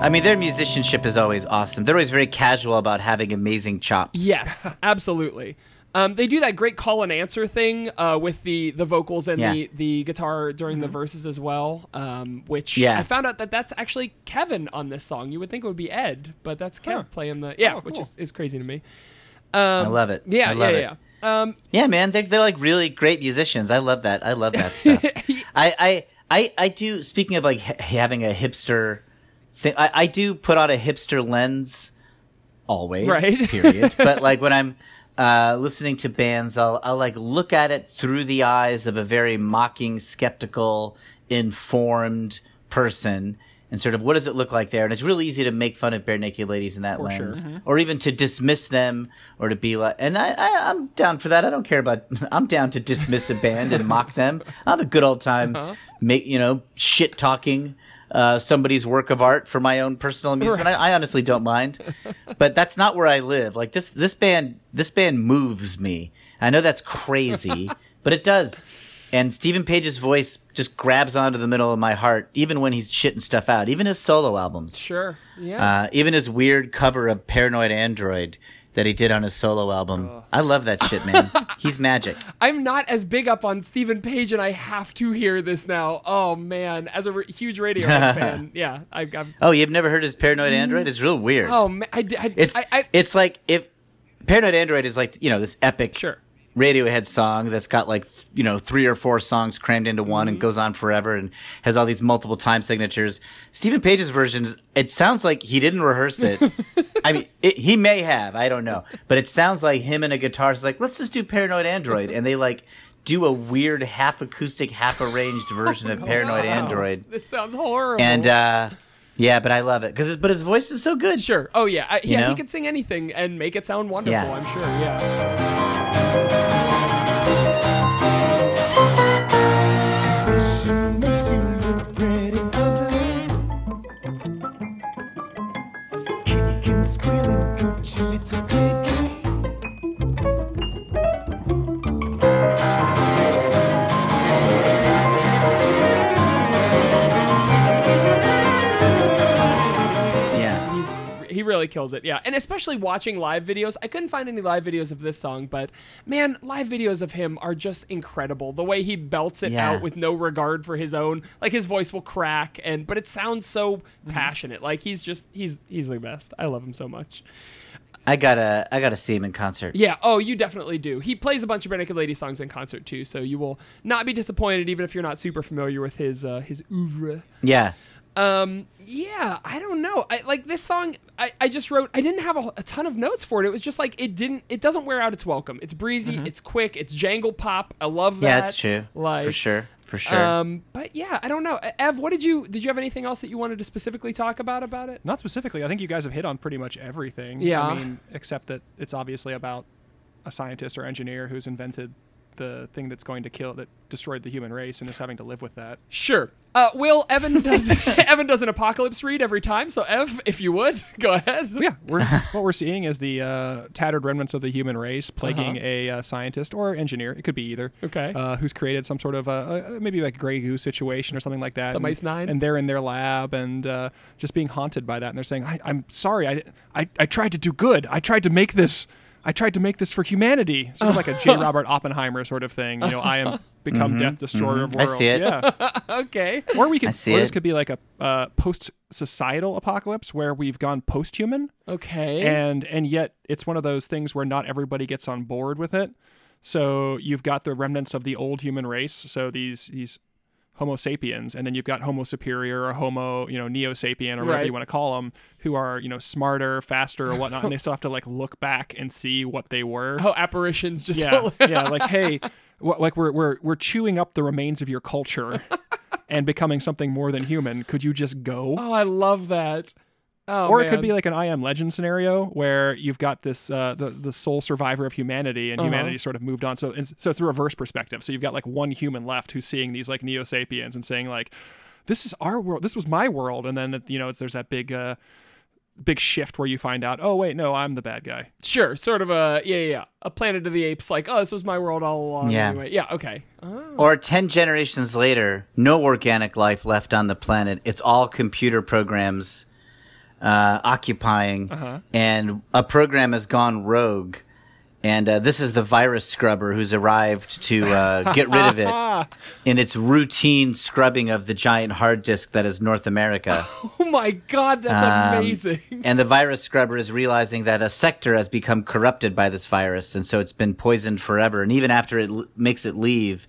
[SPEAKER 4] I mean, their musicianship is always awesome. They're always very casual about having amazing chops.
[SPEAKER 2] Yes,
[SPEAKER 4] (laughs)
[SPEAKER 2] absolutely. Um, they do that great call and answer thing uh, with the the vocals and
[SPEAKER 4] Yeah. Mm-hmm.
[SPEAKER 2] the the guitar during the verses as well. Um, which
[SPEAKER 4] Yeah.
[SPEAKER 2] I found out that that's actually Kevin on this song. You would think it would be Ed, but that's Kev
[SPEAKER 3] Huh.
[SPEAKER 2] playing the yeah,
[SPEAKER 3] Oh,
[SPEAKER 2] which
[SPEAKER 3] cool.
[SPEAKER 2] is, is crazy to me.
[SPEAKER 4] I love it.
[SPEAKER 2] Yeah,
[SPEAKER 4] I love
[SPEAKER 2] yeah,
[SPEAKER 4] it.
[SPEAKER 2] yeah. Um,
[SPEAKER 4] Yeah, man, they're they're like really great musicians. I love that. I love that stuff. I, I I I do. Speaking of like ha- having a hipster thing, I, I do put on a hipster lens always.
[SPEAKER 2] Right.
[SPEAKER 4] Period. but like when I'm uh, listening to bands, I'll, I'll like look at it through the eyes of a very mocking, skeptical, informed person, and sort of what does it look like there? And it's really easy to make fun of bare naked ladies in that lens,
[SPEAKER 3] sure.
[SPEAKER 4] or even to dismiss them, or to be like, and I, I I'm down for that. I don't care about. (laughs) I'm down to dismiss a band and mock them. I have a good old time, make you know shit talking. Uh, somebody's work of art for my own personal amusement. I, I honestly don't mind, but that's not where I live. Like this, this band, this band moves me. I know that's crazy, but it does. And Stephen Page's voice just grabs onto the middle of my heart, even when he's shitting stuff out, even his solo albums.
[SPEAKER 3] Sure.
[SPEAKER 2] Yeah.
[SPEAKER 4] Uh, even his weird cover of Paranoid Android that he did on his solo album. I love that shit, man. He's magic.
[SPEAKER 2] I'm not as big up on Stephen Page, and I have to hear this now. Oh man, as a r- huge
[SPEAKER 4] (laughs)
[SPEAKER 2] Radiohead fan, yeah, I, I'm.
[SPEAKER 4] Oh, you've never heard his Paranoid Android? It's real weird.
[SPEAKER 2] Oh man, I, d- I-
[SPEAKER 4] it's
[SPEAKER 2] I, I-
[SPEAKER 4] it's like if Paranoid Android is like, you know, this epic
[SPEAKER 2] sure.
[SPEAKER 4] Radiohead song that's got like, th- you know, three or four songs crammed into one
[SPEAKER 2] Mm-hmm.
[SPEAKER 4] and goes on forever and has all these multiple time signatures. Stephen Page's version, is- it sounds like he didn't rehearse
[SPEAKER 2] (laughs)
[SPEAKER 4] it. I mean, it, he may have, I don't know. But it sounds like him and a guitarist like, let's just do Paranoid Android. And they like do a weird half acoustic, half arranged
[SPEAKER 2] (laughs)
[SPEAKER 4] version
[SPEAKER 2] Oh,
[SPEAKER 4] of Paranoid Android.
[SPEAKER 2] This sounds horrible.
[SPEAKER 4] And, uh, yeah, but I love it because, but his voice is so good.
[SPEAKER 2] sure. Oh yeah, I, yeah. He
[SPEAKER 4] know?
[SPEAKER 2] could sing anything and make it sound wonderful.
[SPEAKER 4] Yeah.
[SPEAKER 2] I'm sure. Yeah.
[SPEAKER 5] Ambition makes you look pretty ugly. Kicking, squealing, Gucci to piggy.
[SPEAKER 4] Yeah.
[SPEAKER 2] He's he really kills it. Yeah. And especially watching live videos. I couldn't find any live videos of this song, but man, live videos of him are just incredible. The way he belts it
[SPEAKER 4] Yeah.
[SPEAKER 2] out with no regard for his own, like his voice will crack and but it sounds so
[SPEAKER 4] Mm-hmm.
[SPEAKER 2] passionate. Like he's just he's he's the best. I love him so much.
[SPEAKER 4] I gotta, I gotta see him in concert.
[SPEAKER 2] Yeah, oh, you definitely do. He plays a bunch of Bare Naked Lady songs in concert too, so you will not be disappointed even if you're not super familiar with his uh, his oeuvre.
[SPEAKER 4] Yeah.
[SPEAKER 2] Um, yeah, I don't know. I like this song. I, I just wrote. I didn't have a, a ton of notes for it. It was just like it didn't. It doesn't wear out its welcome. It's breezy.
[SPEAKER 3] Mm-hmm.
[SPEAKER 2] It's quick. It's jangle pop. I love that.
[SPEAKER 4] Yeah, it's true.
[SPEAKER 2] Like
[SPEAKER 4] for sure. For sure.
[SPEAKER 2] Um, but yeah, I don't know. E, Ev, what did you did you have anything else that you wanted to specifically talk about about it?
[SPEAKER 3] Not specifically. I think you guys have hit on pretty much everything.
[SPEAKER 2] Yeah.
[SPEAKER 3] I mean, except that it's obviously about a scientist or engineer who's invented the thing that's going to kill that destroyed the human race and is having to live with that.
[SPEAKER 2] Sure. Uh, Will
[SPEAKER 3] (laughs)
[SPEAKER 2] Evan does (laughs) Evan does an apocalypse read every time. So Ev, if you would, (laughs) go ahead.
[SPEAKER 3] Yeah,
[SPEAKER 2] (laughs)
[SPEAKER 3] we're, what we're seeing is the uh, tattered remnants of the human race plaguing a uh, scientist or engineer. It could be either.
[SPEAKER 2] Uh-huh. Okay.
[SPEAKER 3] Uh, who's created some sort of uh, uh, maybe like Grey Goo situation or something like that.
[SPEAKER 2] Some
[SPEAKER 3] and-
[SPEAKER 2] Ice Nine?
[SPEAKER 3] And they're in their lab and uh, just being haunted by that. And they're saying, I, "I'm sorry, I, I I tried to do good. I tried to make this." I tried to make this for humanity, sort of like
[SPEAKER 2] (laughs)
[SPEAKER 3] a J. Robert Oppenheimer sort of thing. You know, I am become death destroyer of
[SPEAKER 4] Mm-hmm. I
[SPEAKER 3] worlds.
[SPEAKER 4] see it.
[SPEAKER 3] Yeah,
[SPEAKER 2] Okay.
[SPEAKER 3] or we could,
[SPEAKER 4] (laughs) I
[SPEAKER 3] or
[SPEAKER 4] see
[SPEAKER 3] this
[SPEAKER 4] it.
[SPEAKER 3] could be like a uh, post societal apocalypse where we've gone post human
[SPEAKER 2] Okay.
[SPEAKER 3] and and yet it's one of those things where not everybody gets on board with it so you've got the remnants of the old human race so these these homo sapiens and then you've got homo superior or homo you know neo sapien or whatever
[SPEAKER 2] Right.
[SPEAKER 3] you want to call them who are you know smarter faster or whatnot
[SPEAKER 2] (laughs)
[SPEAKER 3] and they still have to like look back and see what they were
[SPEAKER 2] oh, apparitions just
[SPEAKER 3] yeah yeah like hey wh- like we're, we're we're chewing up the remains of
[SPEAKER 2] (laughs)
[SPEAKER 3] your culture and becoming something more than human could you just go
[SPEAKER 2] (laughs) Oh, I love that. Oh,
[SPEAKER 3] or it could
[SPEAKER 2] man.
[SPEAKER 3] be like an I Am Legend scenario where you've got this uh, the the sole survivor of humanity, and humanity sort of moved on. So and so it's through a reverse perspective. So you've got like one human left who's seeing these like Neo Sapiens and saying like, "This is our world. This was my world." And then you know it's, there's that big. Uh, Big shift where you find out, oh wait, no, I'm the bad guy.
[SPEAKER 2] sure, sort of a yeah, yeah, yeah, a Planet of the Apes. Like, oh, this was my world all along.
[SPEAKER 4] Yeah.
[SPEAKER 2] Anyway. Yeah. Okay. (laughs) Oh.
[SPEAKER 4] Or 10 generations later, no organic life left on the planet. It's all computer programs uh, occupying,
[SPEAKER 2] Uh-huh.
[SPEAKER 4] and a program has gone rogue. And uh, this is the virus scrubber who's arrived to uh, get
[SPEAKER 2] (laughs)
[SPEAKER 4] rid of it in its routine scrubbing of the giant hard disk that is North America.
[SPEAKER 2] Oh my God, that's
[SPEAKER 4] Um,
[SPEAKER 2] amazing. (laughs)
[SPEAKER 4] And the virus scrubber is realizing that a sector has become corrupted by this virus, and so it's been poisoned forever. And even after it l- makes it leave,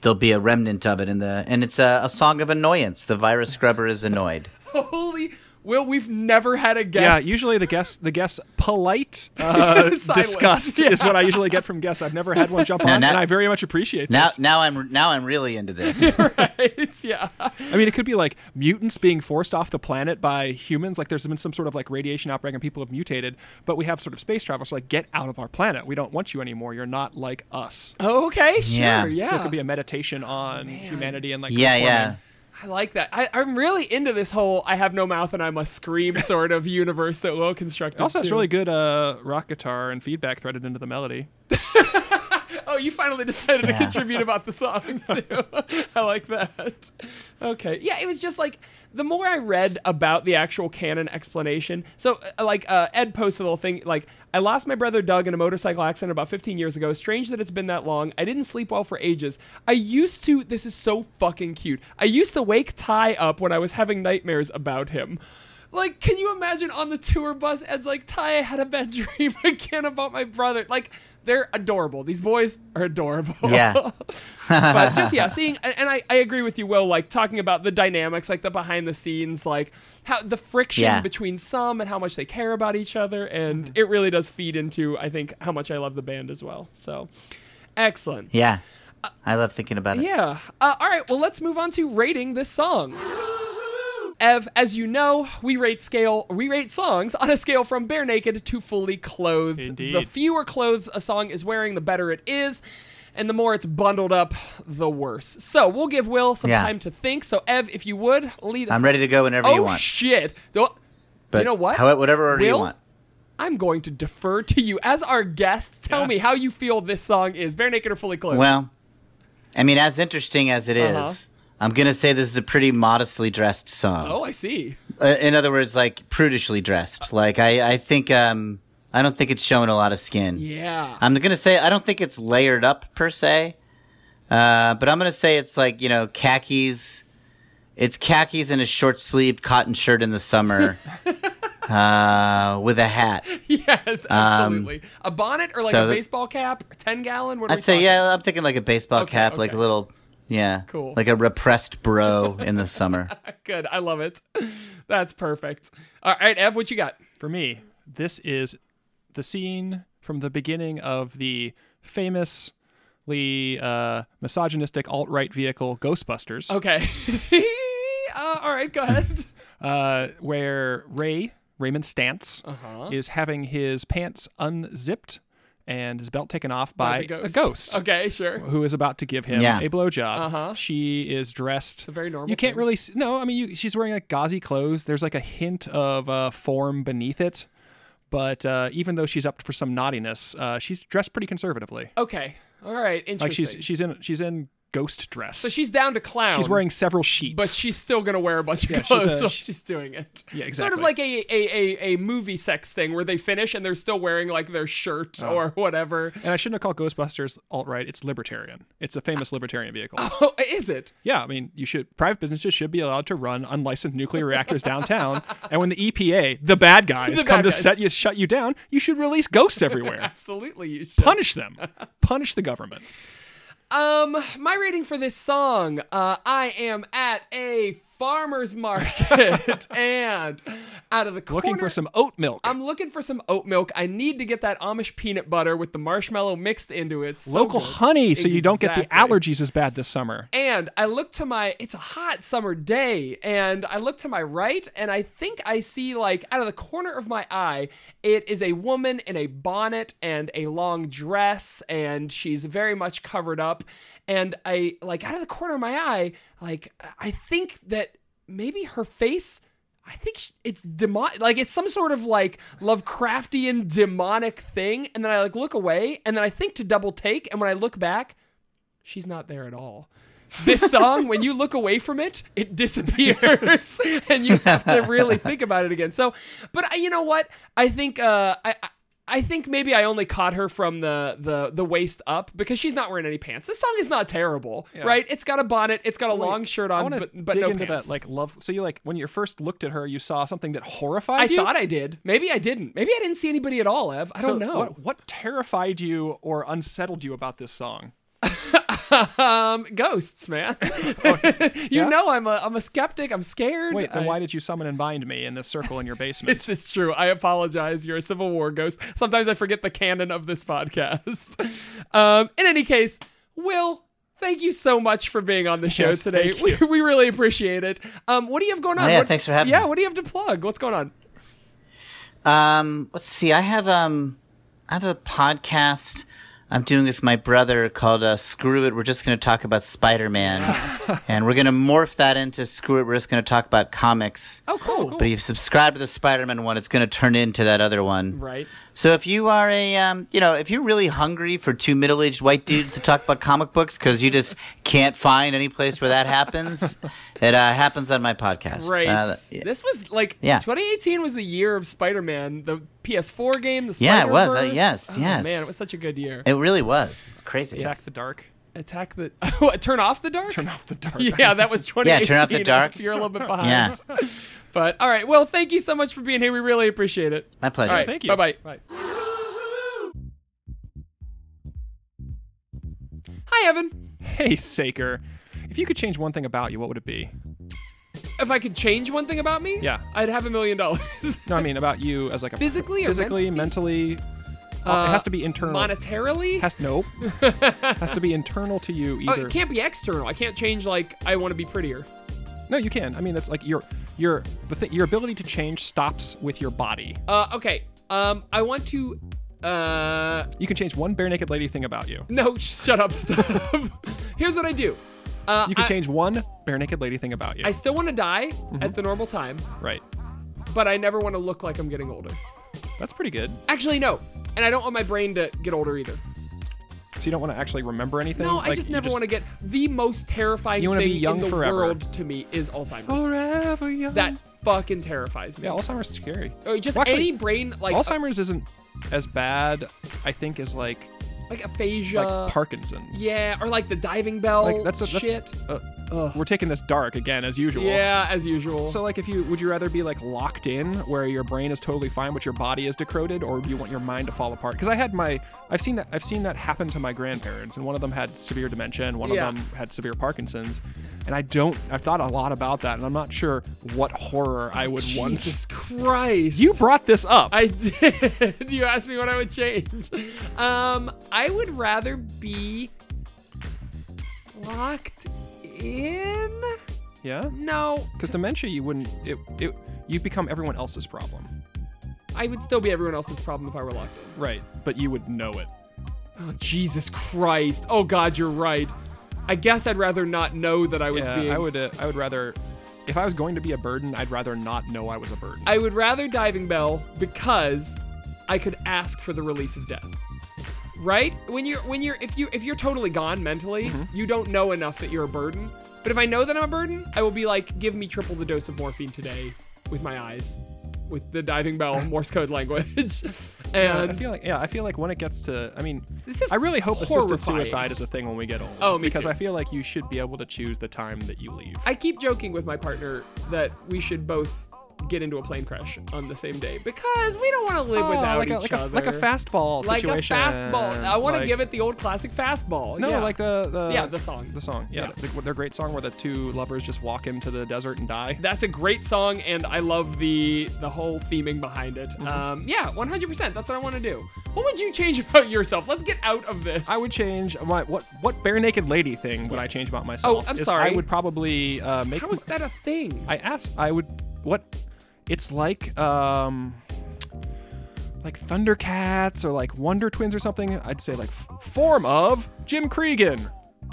[SPEAKER 4] there'll be
[SPEAKER 2] (laughs)
[SPEAKER 4] a remnant of it in the. And it's a, a song of annoyance. The virus scrubber is annoyed.
[SPEAKER 2] Holy Will, we've never had a
[SPEAKER 3] Yeah,
[SPEAKER 2] (laughs) guest.
[SPEAKER 3] usually the guess the guess polite uh, disgust
[SPEAKER 2] Yeah.
[SPEAKER 3] is what I usually get from guests. I've never had one jump on,
[SPEAKER 4] now-
[SPEAKER 3] and I very much appreciate
[SPEAKER 4] Now,
[SPEAKER 3] this.
[SPEAKER 4] now I'm now I'm really
[SPEAKER 2] (laughs)
[SPEAKER 4] into this.
[SPEAKER 2] It's- yeah.
[SPEAKER 3] I mean, it could be like mutants being forced off the planet by humans. Like there's been some sort of like radiation outbreak and people have mutated, but we have sort of space travel. So like, get out of our planet. We don't want you anymore. You're not like us.
[SPEAKER 2] Okay, sure. Yeah.
[SPEAKER 4] Yeah.
[SPEAKER 3] So it could be a meditation on humanity and like
[SPEAKER 4] yeah, yeah.
[SPEAKER 3] conforming.
[SPEAKER 2] I like that. I, I'm really into this whole I have no mouth and I must scream (laughs) sort of universe that Will constructed.
[SPEAKER 3] It also has
[SPEAKER 2] too.
[SPEAKER 3] really good uh, rock guitar and feedback threaded into the melody.
[SPEAKER 2] Oh, you finally decided to
[SPEAKER 4] Yeah.
[SPEAKER 2] contribute about the song (laughs) too. I like that. Okay. Yeah, it was just like the more I read about the actual canon explanation. So, uh, like uh, Ed posted a little thing like I lost my brother Doug in a motorcycle accident about 15 years ago. Strange that it's been that long. I didn't sleep well for ages. I used to. This is so fucking cute. I used to wake Ty up when I was having nightmares about him. Like, can you imagine on the tour bus? Ed's like, Ty, I had a bad (laughs) dream again about my brother. Like, they're adorable. These boys are adorable.
[SPEAKER 4] Yeah.
[SPEAKER 2] (laughs) but just,
[SPEAKER 4] (laughs)
[SPEAKER 2] yeah, seeing, and and I, I agree with you, Will, like, talking about the dynamics, like the behind the scenes, like, how the friction
[SPEAKER 4] Yeah. Mm-hmm.
[SPEAKER 2] between some and how much they care about each other. And it really does feed into, I think, how much I love the band as well. So, excellent.
[SPEAKER 4] Yeah. I love thinking about it.
[SPEAKER 2] Yeah. Uh, all right. Well, let's move on to rating this song. Ev, as you know, we rate scale, we rate songs on a scale from bare naked to fully clothed.
[SPEAKER 3] Indeed.
[SPEAKER 2] The fewer clothes a song is wearing, the better it is, and the more it's bundled up, the worse. So we'll give Will some
[SPEAKER 4] Yeah.
[SPEAKER 2] time to think. So Ev, if you would lead us.
[SPEAKER 4] I'm ready to go whenever
[SPEAKER 2] Oh
[SPEAKER 4] you want.
[SPEAKER 2] shit! Though-
[SPEAKER 4] but
[SPEAKER 2] you know what?
[SPEAKER 4] However, whatever order you
[SPEAKER 2] Will?
[SPEAKER 4] want.
[SPEAKER 2] I'm going to defer to you as our guest. Tell
[SPEAKER 3] Yeah.
[SPEAKER 2] me how you feel this song is bare naked or fully clothed.
[SPEAKER 4] Well, I mean, as interesting as it is,
[SPEAKER 2] Uh-huh.
[SPEAKER 4] I'm gonna say this is a pretty modestly dressed song.
[SPEAKER 2] oh, I see.
[SPEAKER 4] Uh, in other words, like prudishly dressed. Like I, I think, um, I don't think it's showing a lot of skin.
[SPEAKER 2] Yeah.
[SPEAKER 4] I'm gonna say I don't think it's layered up per se, uh, but I'm gonna say it's like you know khakis. It's khakis and a short sleeved cotton shirt in
[SPEAKER 2] (laughs)
[SPEAKER 4] the summer, uh, with a hat.
[SPEAKER 2] Yes, absolutely. a bonnet or like
[SPEAKER 4] Um, so
[SPEAKER 2] a
[SPEAKER 4] the-
[SPEAKER 2] baseball cap, ten gallon. What are we
[SPEAKER 4] I'd say
[SPEAKER 2] talking?
[SPEAKER 4] yeah. I'm thinking like a baseball
[SPEAKER 2] Okay,
[SPEAKER 4] cap, like a
[SPEAKER 2] okay.
[SPEAKER 4] little yeah,
[SPEAKER 2] Cool.
[SPEAKER 4] like a repressed bro in
[SPEAKER 2] (laughs)
[SPEAKER 4] the summer.
[SPEAKER 2] Good, I love it. (laughs) That's perfect. All right, Ev, what you got?
[SPEAKER 3] For me, this is the scene from the beginning of the famously uh, misogynistic alt right vehicle Ghostbusters,
[SPEAKER 2] Okay. (laughs) uh, all right, go
[SPEAKER 3] (laughs)
[SPEAKER 2] ahead.
[SPEAKER 3] uh, where Ray, Raymond Stantz,
[SPEAKER 2] Uh-huh.
[SPEAKER 3] is having his pants unzipped and his belt taken off by,
[SPEAKER 2] The
[SPEAKER 3] a ghost.
[SPEAKER 2] Okay, sure.
[SPEAKER 3] Who is about to give him
[SPEAKER 4] Yeah.
[SPEAKER 3] a blowjob? Uh-huh. She is dressed. It's
[SPEAKER 2] a very normal
[SPEAKER 3] You can't
[SPEAKER 2] thing.
[SPEAKER 3] really. s no, I mean, you, she's wearing like gauzy clothes. There's like a hint of uh, form beneath it, but uh, even though she's up for some naughtiness, uh, she's dressed pretty conservatively.
[SPEAKER 2] Okay. All right. Interesting.
[SPEAKER 3] Like she's she's in she's in ghost dress.
[SPEAKER 2] so she's down to clown.
[SPEAKER 3] she's wearing several sheets.
[SPEAKER 2] But she's still gonna wear a bunch of
[SPEAKER 3] she's
[SPEAKER 2] clothes
[SPEAKER 3] a-
[SPEAKER 2] while she's doing it.
[SPEAKER 3] Yeah,
[SPEAKER 2] Sort of
[SPEAKER 3] exactly.
[SPEAKER 2] like a, a, a, a movie sex thing where they finish and they're still wearing like their shirt
[SPEAKER 3] Oh.
[SPEAKER 2] or whatever.
[SPEAKER 3] and I shouldn't have called Ghostbusters alt right. It's libertarian. It's a famous libertarian vehicle.
[SPEAKER 2] (laughs) Oh, is it?
[SPEAKER 3] Yeah, I mean, you should private businesses should be allowed to run unlicensed nuclear reactors downtown. And when the EPA, the bad
[SPEAKER 2] (laughs)
[SPEAKER 3] guys,
[SPEAKER 2] The
[SPEAKER 3] come
[SPEAKER 2] bad
[SPEAKER 3] to
[SPEAKER 2] guys.
[SPEAKER 3] set you shut you down, you should
[SPEAKER 2] (laughs)
[SPEAKER 3] release ghosts everywhere.
[SPEAKER 2] Absolutely, you should.
[SPEAKER 3] Punish them. Punish the government.
[SPEAKER 2] Um, my rating for this song, uh, I am at a farmer's
[SPEAKER 3] (laughs)
[SPEAKER 2] market and out of the corner,
[SPEAKER 3] Looking for some oat milk.
[SPEAKER 2] I'm looking for some oat milk. I need to get that Amish peanut butter with the marshmallow mixed into it. So
[SPEAKER 3] Local
[SPEAKER 2] good.
[SPEAKER 3] honey, so you don't get the
[SPEAKER 2] Exactly.
[SPEAKER 3] allergies as bad this summer.
[SPEAKER 2] And I look to my, it's a hot summer day, and I look to my right, and I think I see, like, out of the corner of my eye, it is a woman in a bonnet and a long dress, and she's very much covered up. And I, like, out of the corner of my eye, like, I think that maybe her face. I think sh- it's demon like it's some sort of like Lovecraftian demonic thing and then I like look away and then I think to double take and when I look back she's not there at all. This song, when you look away from it, it
[SPEAKER 3] (laughs)
[SPEAKER 2] disappears, and you have to really think about it again. So, but I, you know what? I think uh, I. I I think maybe I only caught her from the, the the waist up because she's not wearing any pants. This song is not terrible, right? It's got a bonnet, it's got a long shirt
[SPEAKER 3] I
[SPEAKER 2] on,
[SPEAKER 3] want to
[SPEAKER 2] but, but
[SPEAKER 3] dig
[SPEAKER 2] no
[SPEAKER 3] into
[SPEAKER 2] pants.
[SPEAKER 3] that like love. So you like when you first looked at her, you saw something that horrified
[SPEAKER 2] I
[SPEAKER 3] you.
[SPEAKER 2] thought I did. Maybe I didn't. Maybe I didn't see anybody at all, Ev. I
[SPEAKER 3] so
[SPEAKER 2] don't know.
[SPEAKER 3] What, what terrified you or unsettled you about this song?
[SPEAKER 2] um, ghosts,
[SPEAKER 3] (laughs)
[SPEAKER 2] man. (laughs) you
[SPEAKER 3] Oh, yeah?
[SPEAKER 2] know I'm a I'm a skeptic. I'm scared.
[SPEAKER 3] Wait, then
[SPEAKER 2] I-
[SPEAKER 3] why did you summon and bind me in this circle in your basement? (laughs)
[SPEAKER 2] This is true. I apologize. You're a Civil War ghost. Sometimes I forget the canon of this podcast. (laughs) Um, in any case, Will, thank you so much for being on the show
[SPEAKER 3] Yes,
[SPEAKER 2] today. (laughs)
[SPEAKER 3] thank
[SPEAKER 2] We, we really appreciate it. Um, what do you have going on?
[SPEAKER 4] Oh, yeah,
[SPEAKER 2] What-
[SPEAKER 4] thanks for having
[SPEAKER 2] Yeah,
[SPEAKER 4] me.
[SPEAKER 2] what do you have to plug? What's going on?
[SPEAKER 4] Um, let's see. I have um, I have a podcast I'm doing with my brother called uh, Screw It. We're just going to talk about Spider Man,
[SPEAKER 2] (laughs)
[SPEAKER 4] and we're going to morph that into Screw It. We're just going to talk about comics.
[SPEAKER 2] Oh, cool.
[SPEAKER 4] But if you subscribe to the Spider Man one, it's going to turn into that other one.
[SPEAKER 2] Right.
[SPEAKER 4] So if you are a, um, you know, if you're really hungry for two middle aged white dudes to talk about comic books because you just can't find any place where that happens, it uh, happens on my podcast.
[SPEAKER 2] Right.
[SPEAKER 4] Uh, yeah.
[SPEAKER 2] This was like
[SPEAKER 4] Yeah.
[SPEAKER 2] 2018 was the year of Spider-Man, the PS4 game, the
[SPEAKER 4] Yeah, it was. Uh,
[SPEAKER 2] Spider-Verse.
[SPEAKER 4] yes,
[SPEAKER 2] Oh,
[SPEAKER 4] yes.
[SPEAKER 2] Man, it was such a good year.
[SPEAKER 4] it really was. It's crazy.
[SPEAKER 3] Attack the dark.
[SPEAKER 2] Attack the (laughs) oh, turn off the dark.
[SPEAKER 3] Turn off the dark.
[SPEAKER 2] (laughs) yeah, that was 2018.
[SPEAKER 4] turn off the dark.
[SPEAKER 2] (laughs) You're a little bit behind.
[SPEAKER 4] Yeah.
[SPEAKER 2] (laughs) But all right, well, thank you so much for being here. We really appreciate it.
[SPEAKER 4] My pleasure.
[SPEAKER 2] All right,
[SPEAKER 3] (laughs) Thank you.
[SPEAKER 2] Bye-bye.
[SPEAKER 3] Bye.
[SPEAKER 2] Hi, Evan.
[SPEAKER 3] Hey, Saker. If you could change one thing about you, what would it be?
[SPEAKER 2] If I could change one thing about me,
[SPEAKER 3] Yeah.
[SPEAKER 2] I'd have a million (laughs) dollars.
[SPEAKER 3] No, I mean about you as like a
[SPEAKER 2] Physically or
[SPEAKER 3] physically, mentally. Uh, it has to be internal.
[SPEAKER 2] Monetarily, (laughs)
[SPEAKER 3] has no. has to be internal to you
[SPEAKER 2] Oh,
[SPEAKER 3] either.
[SPEAKER 2] it can't be external. I can't change like I want to be prettier.
[SPEAKER 3] no, you can. I mean, that's like your your the thing. Your ability to change stops with your body.
[SPEAKER 2] Uh, okay. Um, I want to. Uh, (laughs)
[SPEAKER 3] You can change one bare naked lady thing about you.
[SPEAKER 2] no, shut up, stop. (laughs) Here's what I do. Uh,
[SPEAKER 3] You can
[SPEAKER 2] I,
[SPEAKER 3] change one bare naked lady thing about you.
[SPEAKER 2] I still want to die at the normal time,
[SPEAKER 3] right.
[SPEAKER 2] but I never want to look like I'm getting older.
[SPEAKER 3] That's pretty good.
[SPEAKER 2] Actually, no. And I don't want my brain to get older either.
[SPEAKER 3] So you don't want to actually remember anything.
[SPEAKER 2] No, I just never want to get the most terrifying
[SPEAKER 3] You wanna
[SPEAKER 2] thing
[SPEAKER 3] be young
[SPEAKER 2] in the
[SPEAKER 3] forever.
[SPEAKER 2] world to me is Alzheimer's.
[SPEAKER 3] forever young.
[SPEAKER 2] That fucking terrifies me.
[SPEAKER 3] yeah, Alzheimer's is scary.
[SPEAKER 2] Or Oh, just
[SPEAKER 3] Well, actually,
[SPEAKER 2] any brain like
[SPEAKER 3] Alzheimer's isn't as bad, I think, as like
[SPEAKER 2] like aphasia.
[SPEAKER 3] like Parkinson's.
[SPEAKER 2] Uh, yeah, or like the diving bell
[SPEAKER 3] Like that's a, that's
[SPEAKER 2] shit.
[SPEAKER 3] uh,
[SPEAKER 2] Ugh.
[SPEAKER 3] we're taking this dark again as usual.
[SPEAKER 2] yeah, as usual.
[SPEAKER 3] So like if you would you rather be like locked in where your brain is totally fine but your body is decroded or do you want your mind to fall apart? Cuz I had my I've seen that I've seen that happen to my grandparents and one of them had severe dementia and one
[SPEAKER 2] Yeah.
[SPEAKER 3] of them had severe Parkinson's. And I don't I've thought a lot about that and I'm not sure what horror I would want.
[SPEAKER 2] Jesus Christ.
[SPEAKER 3] You brought this up.
[SPEAKER 2] I (laughs) did. You asked me what I would change. Um, I would rather be locked in.
[SPEAKER 3] yeah?
[SPEAKER 2] No,
[SPEAKER 3] Cuz dementia you wouldn't it, it you become everyone else's problem.
[SPEAKER 2] I would still be everyone else's problem if I were locked in.
[SPEAKER 3] Right, but you would know it.
[SPEAKER 2] Oh, Jesus Christ. Oh, God, you're right. I guess I'd rather not know that I was
[SPEAKER 3] Yeah,
[SPEAKER 2] being.
[SPEAKER 3] I would uh, I would rather if I was going to be a burden, I'd rather not know I was a burden.
[SPEAKER 2] I would rather diving bell because I could ask for the release of death. Right? When you're when you're if you if you're totally gone mentally,
[SPEAKER 3] Mm-hmm.
[SPEAKER 2] you don't know enough that you're a burden. But if I know that I'm a burden, I will be like, give me triple the dose of morphine today with my eyes, with the diving bell Morse code language. (laughs)
[SPEAKER 3] Yeah, I
[SPEAKER 2] and
[SPEAKER 3] feel like yeah, I feel like when it gets to I mean
[SPEAKER 2] This is
[SPEAKER 3] I really hope assisted
[SPEAKER 2] horrifying.
[SPEAKER 3] suicide is a thing when we get old.
[SPEAKER 2] Oh, me
[SPEAKER 3] because
[SPEAKER 2] too.
[SPEAKER 3] I feel like you should be able to choose the time that you leave.
[SPEAKER 2] I keep joking with my partner that we should both get into a plane crash on the same day because we don't want to live without
[SPEAKER 3] Oh, like,
[SPEAKER 2] each
[SPEAKER 3] a, like,
[SPEAKER 2] other.
[SPEAKER 3] A, like a fastball
[SPEAKER 2] Like a
[SPEAKER 3] situation.
[SPEAKER 2] fastball. I want to
[SPEAKER 3] Like-
[SPEAKER 2] give it the old classic fastball.
[SPEAKER 3] No,
[SPEAKER 2] yeah.
[SPEAKER 3] like the, the
[SPEAKER 2] Yeah, the song.
[SPEAKER 3] The song. Yeah.
[SPEAKER 2] Yeah.
[SPEAKER 3] The, their great song where the two lovers just walk into the desert and die.
[SPEAKER 2] That's a great song, and I love the the whole theming behind it.
[SPEAKER 3] Mm-hmm.
[SPEAKER 2] Um, yeah, 100%. That's what I want to do. What would you change about yourself? Let's get out of this.
[SPEAKER 3] I would change my what what bare naked lady thing would I
[SPEAKER 2] Yes.
[SPEAKER 3] change about myself?
[SPEAKER 2] Oh, I'm
[SPEAKER 3] is
[SPEAKER 2] sorry.
[SPEAKER 3] I would probably uh, make
[SPEAKER 2] How is that a thing?
[SPEAKER 3] I asked. I would. What? It's like um, like Thundercats or like Wonder Twins or something. I'd say like f- form of Jim Cregan.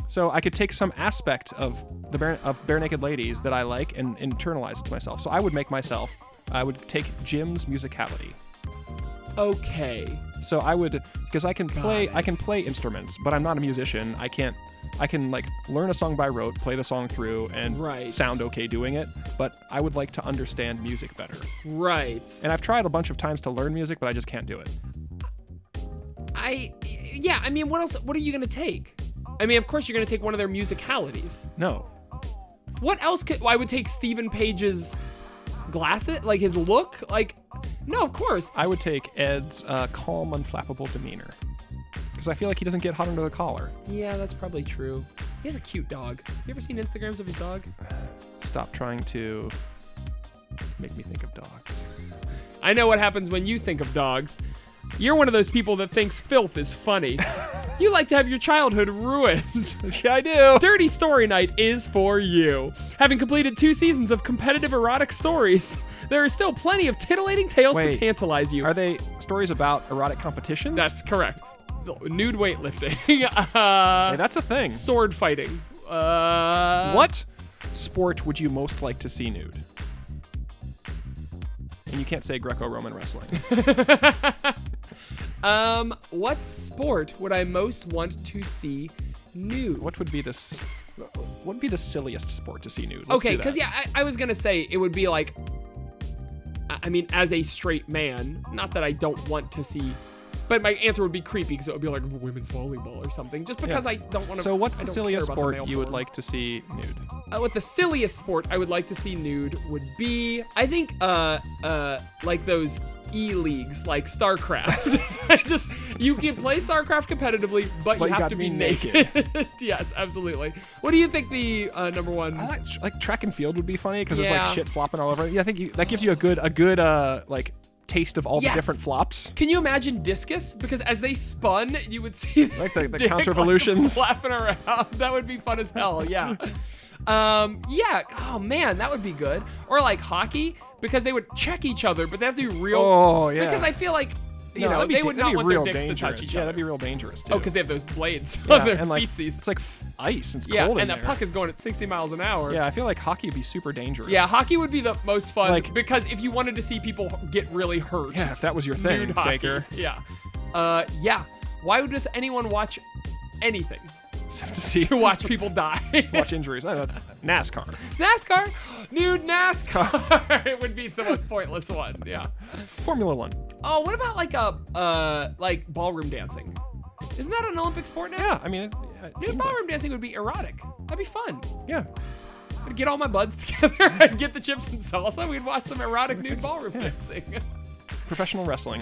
[SPEAKER 3] So I could take some aspect of the bare, of bare naked ladies that I like and internalize it to myself. So I would make myself. I would take Jim's musicality.
[SPEAKER 2] okay.
[SPEAKER 3] So I would because I can play I can play instruments, but I'm not a musician. I can't I can like learn a song by rote, play the song through and
[SPEAKER 2] Right.
[SPEAKER 3] sound okay doing it, but I would like to understand music better.
[SPEAKER 2] Right.
[SPEAKER 3] And I've tried a bunch of times to learn music, but I just can't do it.
[SPEAKER 2] I yeah, I mean, what else what are you going to take? I mean, of course you're going to take one of their musicalities.
[SPEAKER 3] No.
[SPEAKER 2] What else could I would take Stephen Page's glasses, like his look? Like no, of course.
[SPEAKER 3] I would take Ed's uh, calm, unflappable demeanor. because I feel like he doesn't get hot under the collar.
[SPEAKER 2] Yeah, that's probably true. He has a cute dog. You ever seen Instagrams of his dog?
[SPEAKER 3] Stop trying to make me think of dogs. (laughs)
[SPEAKER 2] I know what happens when you think of dogs. You're one of those people that thinks filth is
[SPEAKER 3] (laughs)
[SPEAKER 2] funny. you like to have your childhood ruined. (laughs)
[SPEAKER 3] Yeah, I do.
[SPEAKER 2] Dirty Story Night is for you. Having completed two seasons of competitive erotic stories, there are still plenty of titillating tales to
[SPEAKER 3] Wait,
[SPEAKER 2] tantalize you.
[SPEAKER 3] Are they stories about erotic competitions?
[SPEAKER 2] That's correct. Nude weightlifting, (laughs) uh,
[SPEAKER 3] Hey, that's a thing.
[SPEAKER 2] sword fighting. Uh,
[SPEAKER 3] What sport would you most like to see nude? And you can't say
[SPEAKER 2] (laughs)
[SPEAKER 3] Greco-Roman wrestling.
[SPEAKER 2] (laughs) Um, what sport would I most want to see nude?
[SPEAKER 3] what would be this? What would be the silliest sport to see nude? Let's
[SPEAKER 2] Okay,
[SPEAKER 3] do that.
[SPEAKER 2] because yeah, I, I was gonna say it would be like, I, I mean, as a straight man, not that I don't want to see, but my answer would be creepy because it would be like women's volleyball or something, just because I don't want to.
[SPEAKER 3] So what's the silliest sport you would like to see nude?
[SPEAKER 2] Uh, what the silliest sport I would like to see nude would be? I think, uh, uh, like those e leagues, like StarCraft. (laughs) just you can play StarCraft competitively, but, you
[SPEAKER 3] But you
[SPEAKER 2] have
[SPEAKER 3] gotta
[SPEAKER 2] to be
[SPEAKER 3] be
[SPEAKER 2] naked. (laughs) yes, absolutely. What do you think the uh, number one?
[SPEAKER 3] I like, like track and field would be funny because there's
[SPEAKER 2] Yeah.
[SPEAKER 3] like shit flopping all over. Yeah, I think you, that gives you a good a good uh like taste of all
[SPEAKER 2] Yes.
[SPEAKER 3] the different flops.
[SPEAKER 2] Can you imagine discus? Because as they spun, you would see
[SPEAKER 3] Like the-
[SPEAKER 2] (laughs)
[SPEAKER 3] the
[SPEAKER 2] dick,
[SPEAKER 3] counter-evolutions.
[SPEAKER 2] like, (laughs) flapping around. That would be fun as hell. Yeah. Um. Yeah. Oh man, that would be good. Or like hockey, because they would check each other, but they have to be real.
[SPEAKER 3] Oh, yeah.
[SPEAKER 2] Because I feel like you
[SPEAKER 3] No,
[SPEAKER 2] know
[SPEAKER 3] that'd be
[SPEAKER 2] they
[SPEAKER 3] da-
[SPEAKER 2] would
[SPEAKER 3] that'd
[SPEAKER 2] not
[SPEAKER 3] be
[SPEAKER 2] want their
[SPEAKER 3] real
[SPEAKER 2] dicks to touch
[SPEAKER 3] dangerous.
[SPEAKER 2] each
[SPEAKER 3] Yeah,
[SPEAKER 2] other.
[SPEAKER 3] that'd be real dangerous too.
[SPEAKER 2] oh, because they have those blades
[SPEAKER 3] yeah,
[SPEAKER 2] on their
[SPEAKER 3] and like
[SPEAKER 2] feetsies.
[SPEAKER 3] it's like f- ice. and It's
[SPEAKER 2] yeah,
[SPEAKER 3] cold
[SPEAKER 2] and
[SPEAKER 3] in
[SPEAKER 2] that
[SPEAKER 3] there.
[SPEAKER 2] puck is going at 60 miles an hour.
[SPEAKER 3] Yeah, I feel like hockey would be super dangerous.
[SPEAKER 2] Yeah, hockey would be the most fun
[SPEAKER 3] Like-
[SPEAKER 2] because if you wanted to see people get really hurt,
[SPEAKER 3] Yeah, if that was your thing,
[SPEAKER 2] nude hockey. (laughs)
[SPEAKER 3] Saker.
[SPEAKER 2] Yeah. Uh, yeah. Why would just anyone watch anything (laughs)
[SPEAKER 3] Except to see
[SPEAKER 2] to watch people die?
[SPEAKER 3] (laughs)
[SPEAKER 2] (laughs)
[SPEAKER 3] watch injuries. No, that's NASCAR.
[SPEAKER 2] NASCAR, nude NASCAR. (laughs) it would be the most pointless one. Yeah.
[SPEAKER 3] Formula One.
[SPEAKER 2] Oh, what about like a uh like ballroom dancing? Isn't that an Olympic sport now?
[SPEAKER 3] Yeah, I mean, it, it
[SPEAKER 2] Dude,
[SPEAKER 3] seems like,
[SPEAKER 2] ballroom dancing would be erotic. That'd be fun.
[SPEAKER 3] yeah.
[SPEAKER 2] I'd get all my buds (laughs) together and get the chips and salsa. We'd watch some erotic nude ballroom (laughs) dancing.
[SPEAKER 3] Professional wrestling.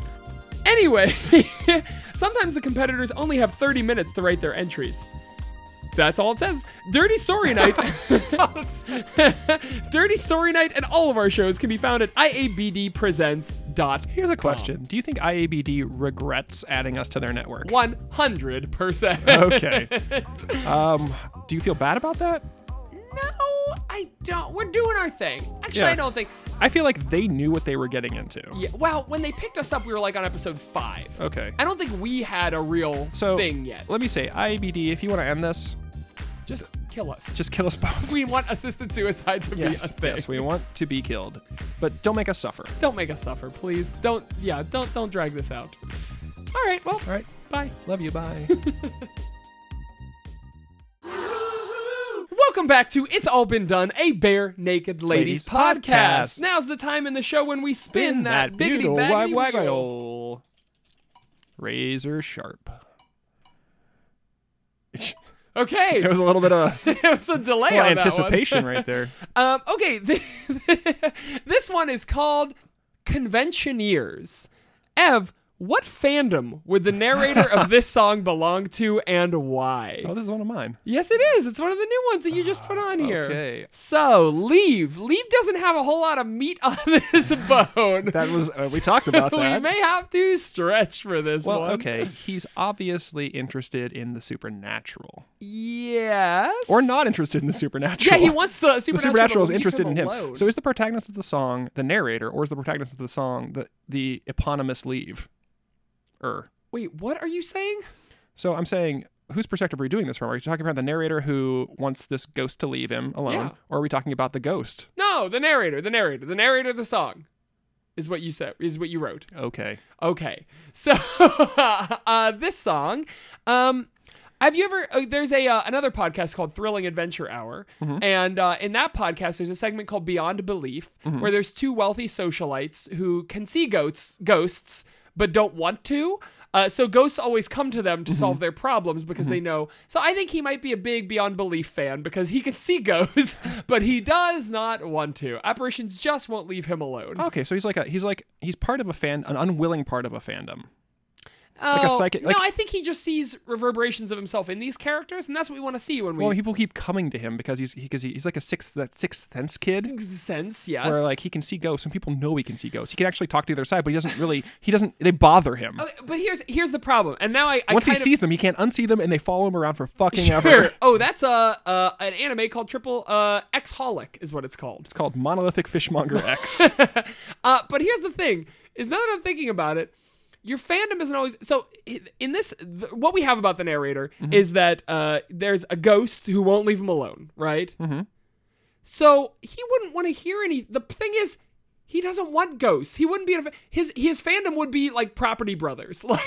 [SPEAKER 2] Anyway, (laughs) sometimes the competitors only have 30 minutes to write their entries. That's all it says. Dirty
[SPEAKER 3] (laughs)
[SPEAKER 2] Story Night. (laughs) Dirty Story Night and all of our shows can be found at iabdpresents.com.
[SPEAKER 3] Here's a question: Do you think IABD regrets adding us to their network?
[SPEAKER 2] 100%.
[SPEAKER 3] (laughs)
[SPEAKER 2] (laughs)
[SPEAKER 3] Okay. um, do you feel bad about that?
[SPEAKER 2] No, I don't. We're doing our thing. Actually,
[SPEAKER 3] Yeah.
[SPEAKER 2] I don't think.
[SPEAKER 3] I feel like they knew what they were getting into.
[SPEAKER 2] Yeah, well, when they picked us up, we were like on episode five.
[SPEAKER 3] Okay.
[SPEAKER 2] I don't think we had a real
[SPEAKER 3] So
[SPEAKER 2] thing yet.
[SPEAKER 3] let me say, IABD, if you want to end this,
[SPEAKER 2] Just kill us.
[SPEAKER 3] just kill us both.
[SPEAKER 2] we want assisted suicide to
[SPEAKER 3] yes,
[SPEAKER 2] be a thing.
[SPEAKER 3] yes, we want to be killed, but don't make us suffer.
[SPEAKER 2] don't make us suffer, please. Don't, yeah, don't, don't drag this out. All right, well,
[SPEAKER 3] All right.
[SPEAKER 2] bye.
[SPEAKER 3] Love you. Bye. (laughs)
[SPEAKER 2] Welcome back to It's All Been Done, a Bare Naked Ladies,
[SPEAKER 3] Ladies
[SPEAKER 2] podcast.
[SPEAKER 3] podcast.
[SPEAKER 2] Now's the time in the show when we spin, that, biggity
[SPEAKER 3] noodle,
[SPEAKER 2] baggity
[SPEAKER 3] wag-
[SPEAKER 2] wheel.
[SPEAKER 3] waggle. Razor sharp. it
[SPEAKER 2] Okay,
[SPEAKER 3] was a little bit of
[SPEAKER 2] (laughs) there was a delay on
[SPEAKER 3] anticipation right there.
[SPEAKER 2] That one. (laughs) Um, okay, (laughs) th- this one is called Conventioneers. Ev, what fandom would the narrator of
[SPEAKER 3] (laughs)
[SPEAKER 2] this song belong to and why?
[SPEAKER 3] Oh, this is one of mine.
[SPEAKER 2] Yes, it is. It's one of the new ones that you just put on here.
[SPEAKER 3] okay.
[SPEAKER 2] So leave. Leave doesn't have a whole lot of meat (laughs) on
[SPEAKER 3] (laughs)
[SPEAKER 2] this bone.
[SPEAKER 3] That was uh, we talked
[SPEAKER 2] (laughs)
[SPEAKER 3] about
[SPEAKER 2] we
[SPEAKER 3] that.
[SPEAKER 2] may have to stretch for this
[SPEAKER 3] well,
[SPEAKER 2] one.
[SPEAKER 3] okay. He's obviously interested in the supernatural,
[SPEAKER 2] Yes.
[SPEAKER 3] or not interested in the supernatural.
[SPEAKER 2] Yeah, he wants the supernatural.
[SPEAKER 3] (laughs) the supernatural is
[SPEAKER 2] to leave
[SPEAKER 3] interested in him.
[SPEAKER 2] alone.
[SPEAKER 3] So is the protagonist of the song the narrator, or is the protagonist of the song the the eponymous leave? Er.
[SPEAKER 2] wait, what are you saying?
[SPEAKER 3] So I'm saying, whose perspective are we doing this from? Are we talking about the narrator who wants this ghost to leave him alone,
[SPEAKER 2] Yeah.
[SPEAKER 3] or are we talking about the ghost?
[SPEAKER 2] No, the narrator, the narrator, the narrator of the song, is what you said. Is what you wrote.
[SPEAKER 3] Okay.
[SPEAKER 2] Okay. So (laughs) uh, this song, um, have you ever? Uh, there's a uh, another podcast called Thrilling Adventure Hour, and uh, in that podcast, there's a segment called Beyond Belief, where there's two wealthy socialites who can see ghosts, ghosts, but don't want to. Uh, so ghosts always come to them to solve their problems because they know. So I think he might be a big Beyond Belief fan because he can see ghosts, (laughs) but he does not want to. Apparitions just won't leave him alone.
[SPEAKER 3] Okay, so he's like a he's like he's part of a fan an unwilling part of a fandom.
[SPEAKER 2] like
[SPEAKER 3] a psychic- like-
[SPEAKER 2] Oh, no, I think he just sees reverberations of himself in these characters, and that's what we want to see when we
[SPEAKER 3] Well, people keep coming to him because he's because he, he's like a sixth that sixth sense kid,
[SPEAKER 2] sense. Yes,
[SPEAKER 3] where like he can see ghosts, and people know he can see ghosts. He can actually talk to the other side, but he doesn't really. He doesn't. They bother him.
[SPEAKER 2] Okay, but here's here's the problem, and now I, I
[SPEAKER 3] Once he
[SPEAKER 2] kind of-
[SPEAKER 3] sees them, he can't unsee them, and they follow him around for fucking
[SPEAKER 2] (laughs) Sure.
[SPEAKER 3] ever.
[SPEAKER 2] Oh, that's uh, uh, an anime called Triple uh, X Holic is what it's called.
[SPEAKER 3] It's called Monolithic Fishmonger X.
[SPEAKER 2] (laughs) Uh, but here's the thing: is now that I'm thinking about it, your fandom isn't always so. i- In this, th- what we have about the narrator is that uh, there's a ghost who won't leave him alone, right? Mm-hmm. So he wouldn't want to hear any. The thing is. He doesn't want ghosts. He wouldn't be in a, fa- his his fandom would be like Property Brothers. (laughs) Like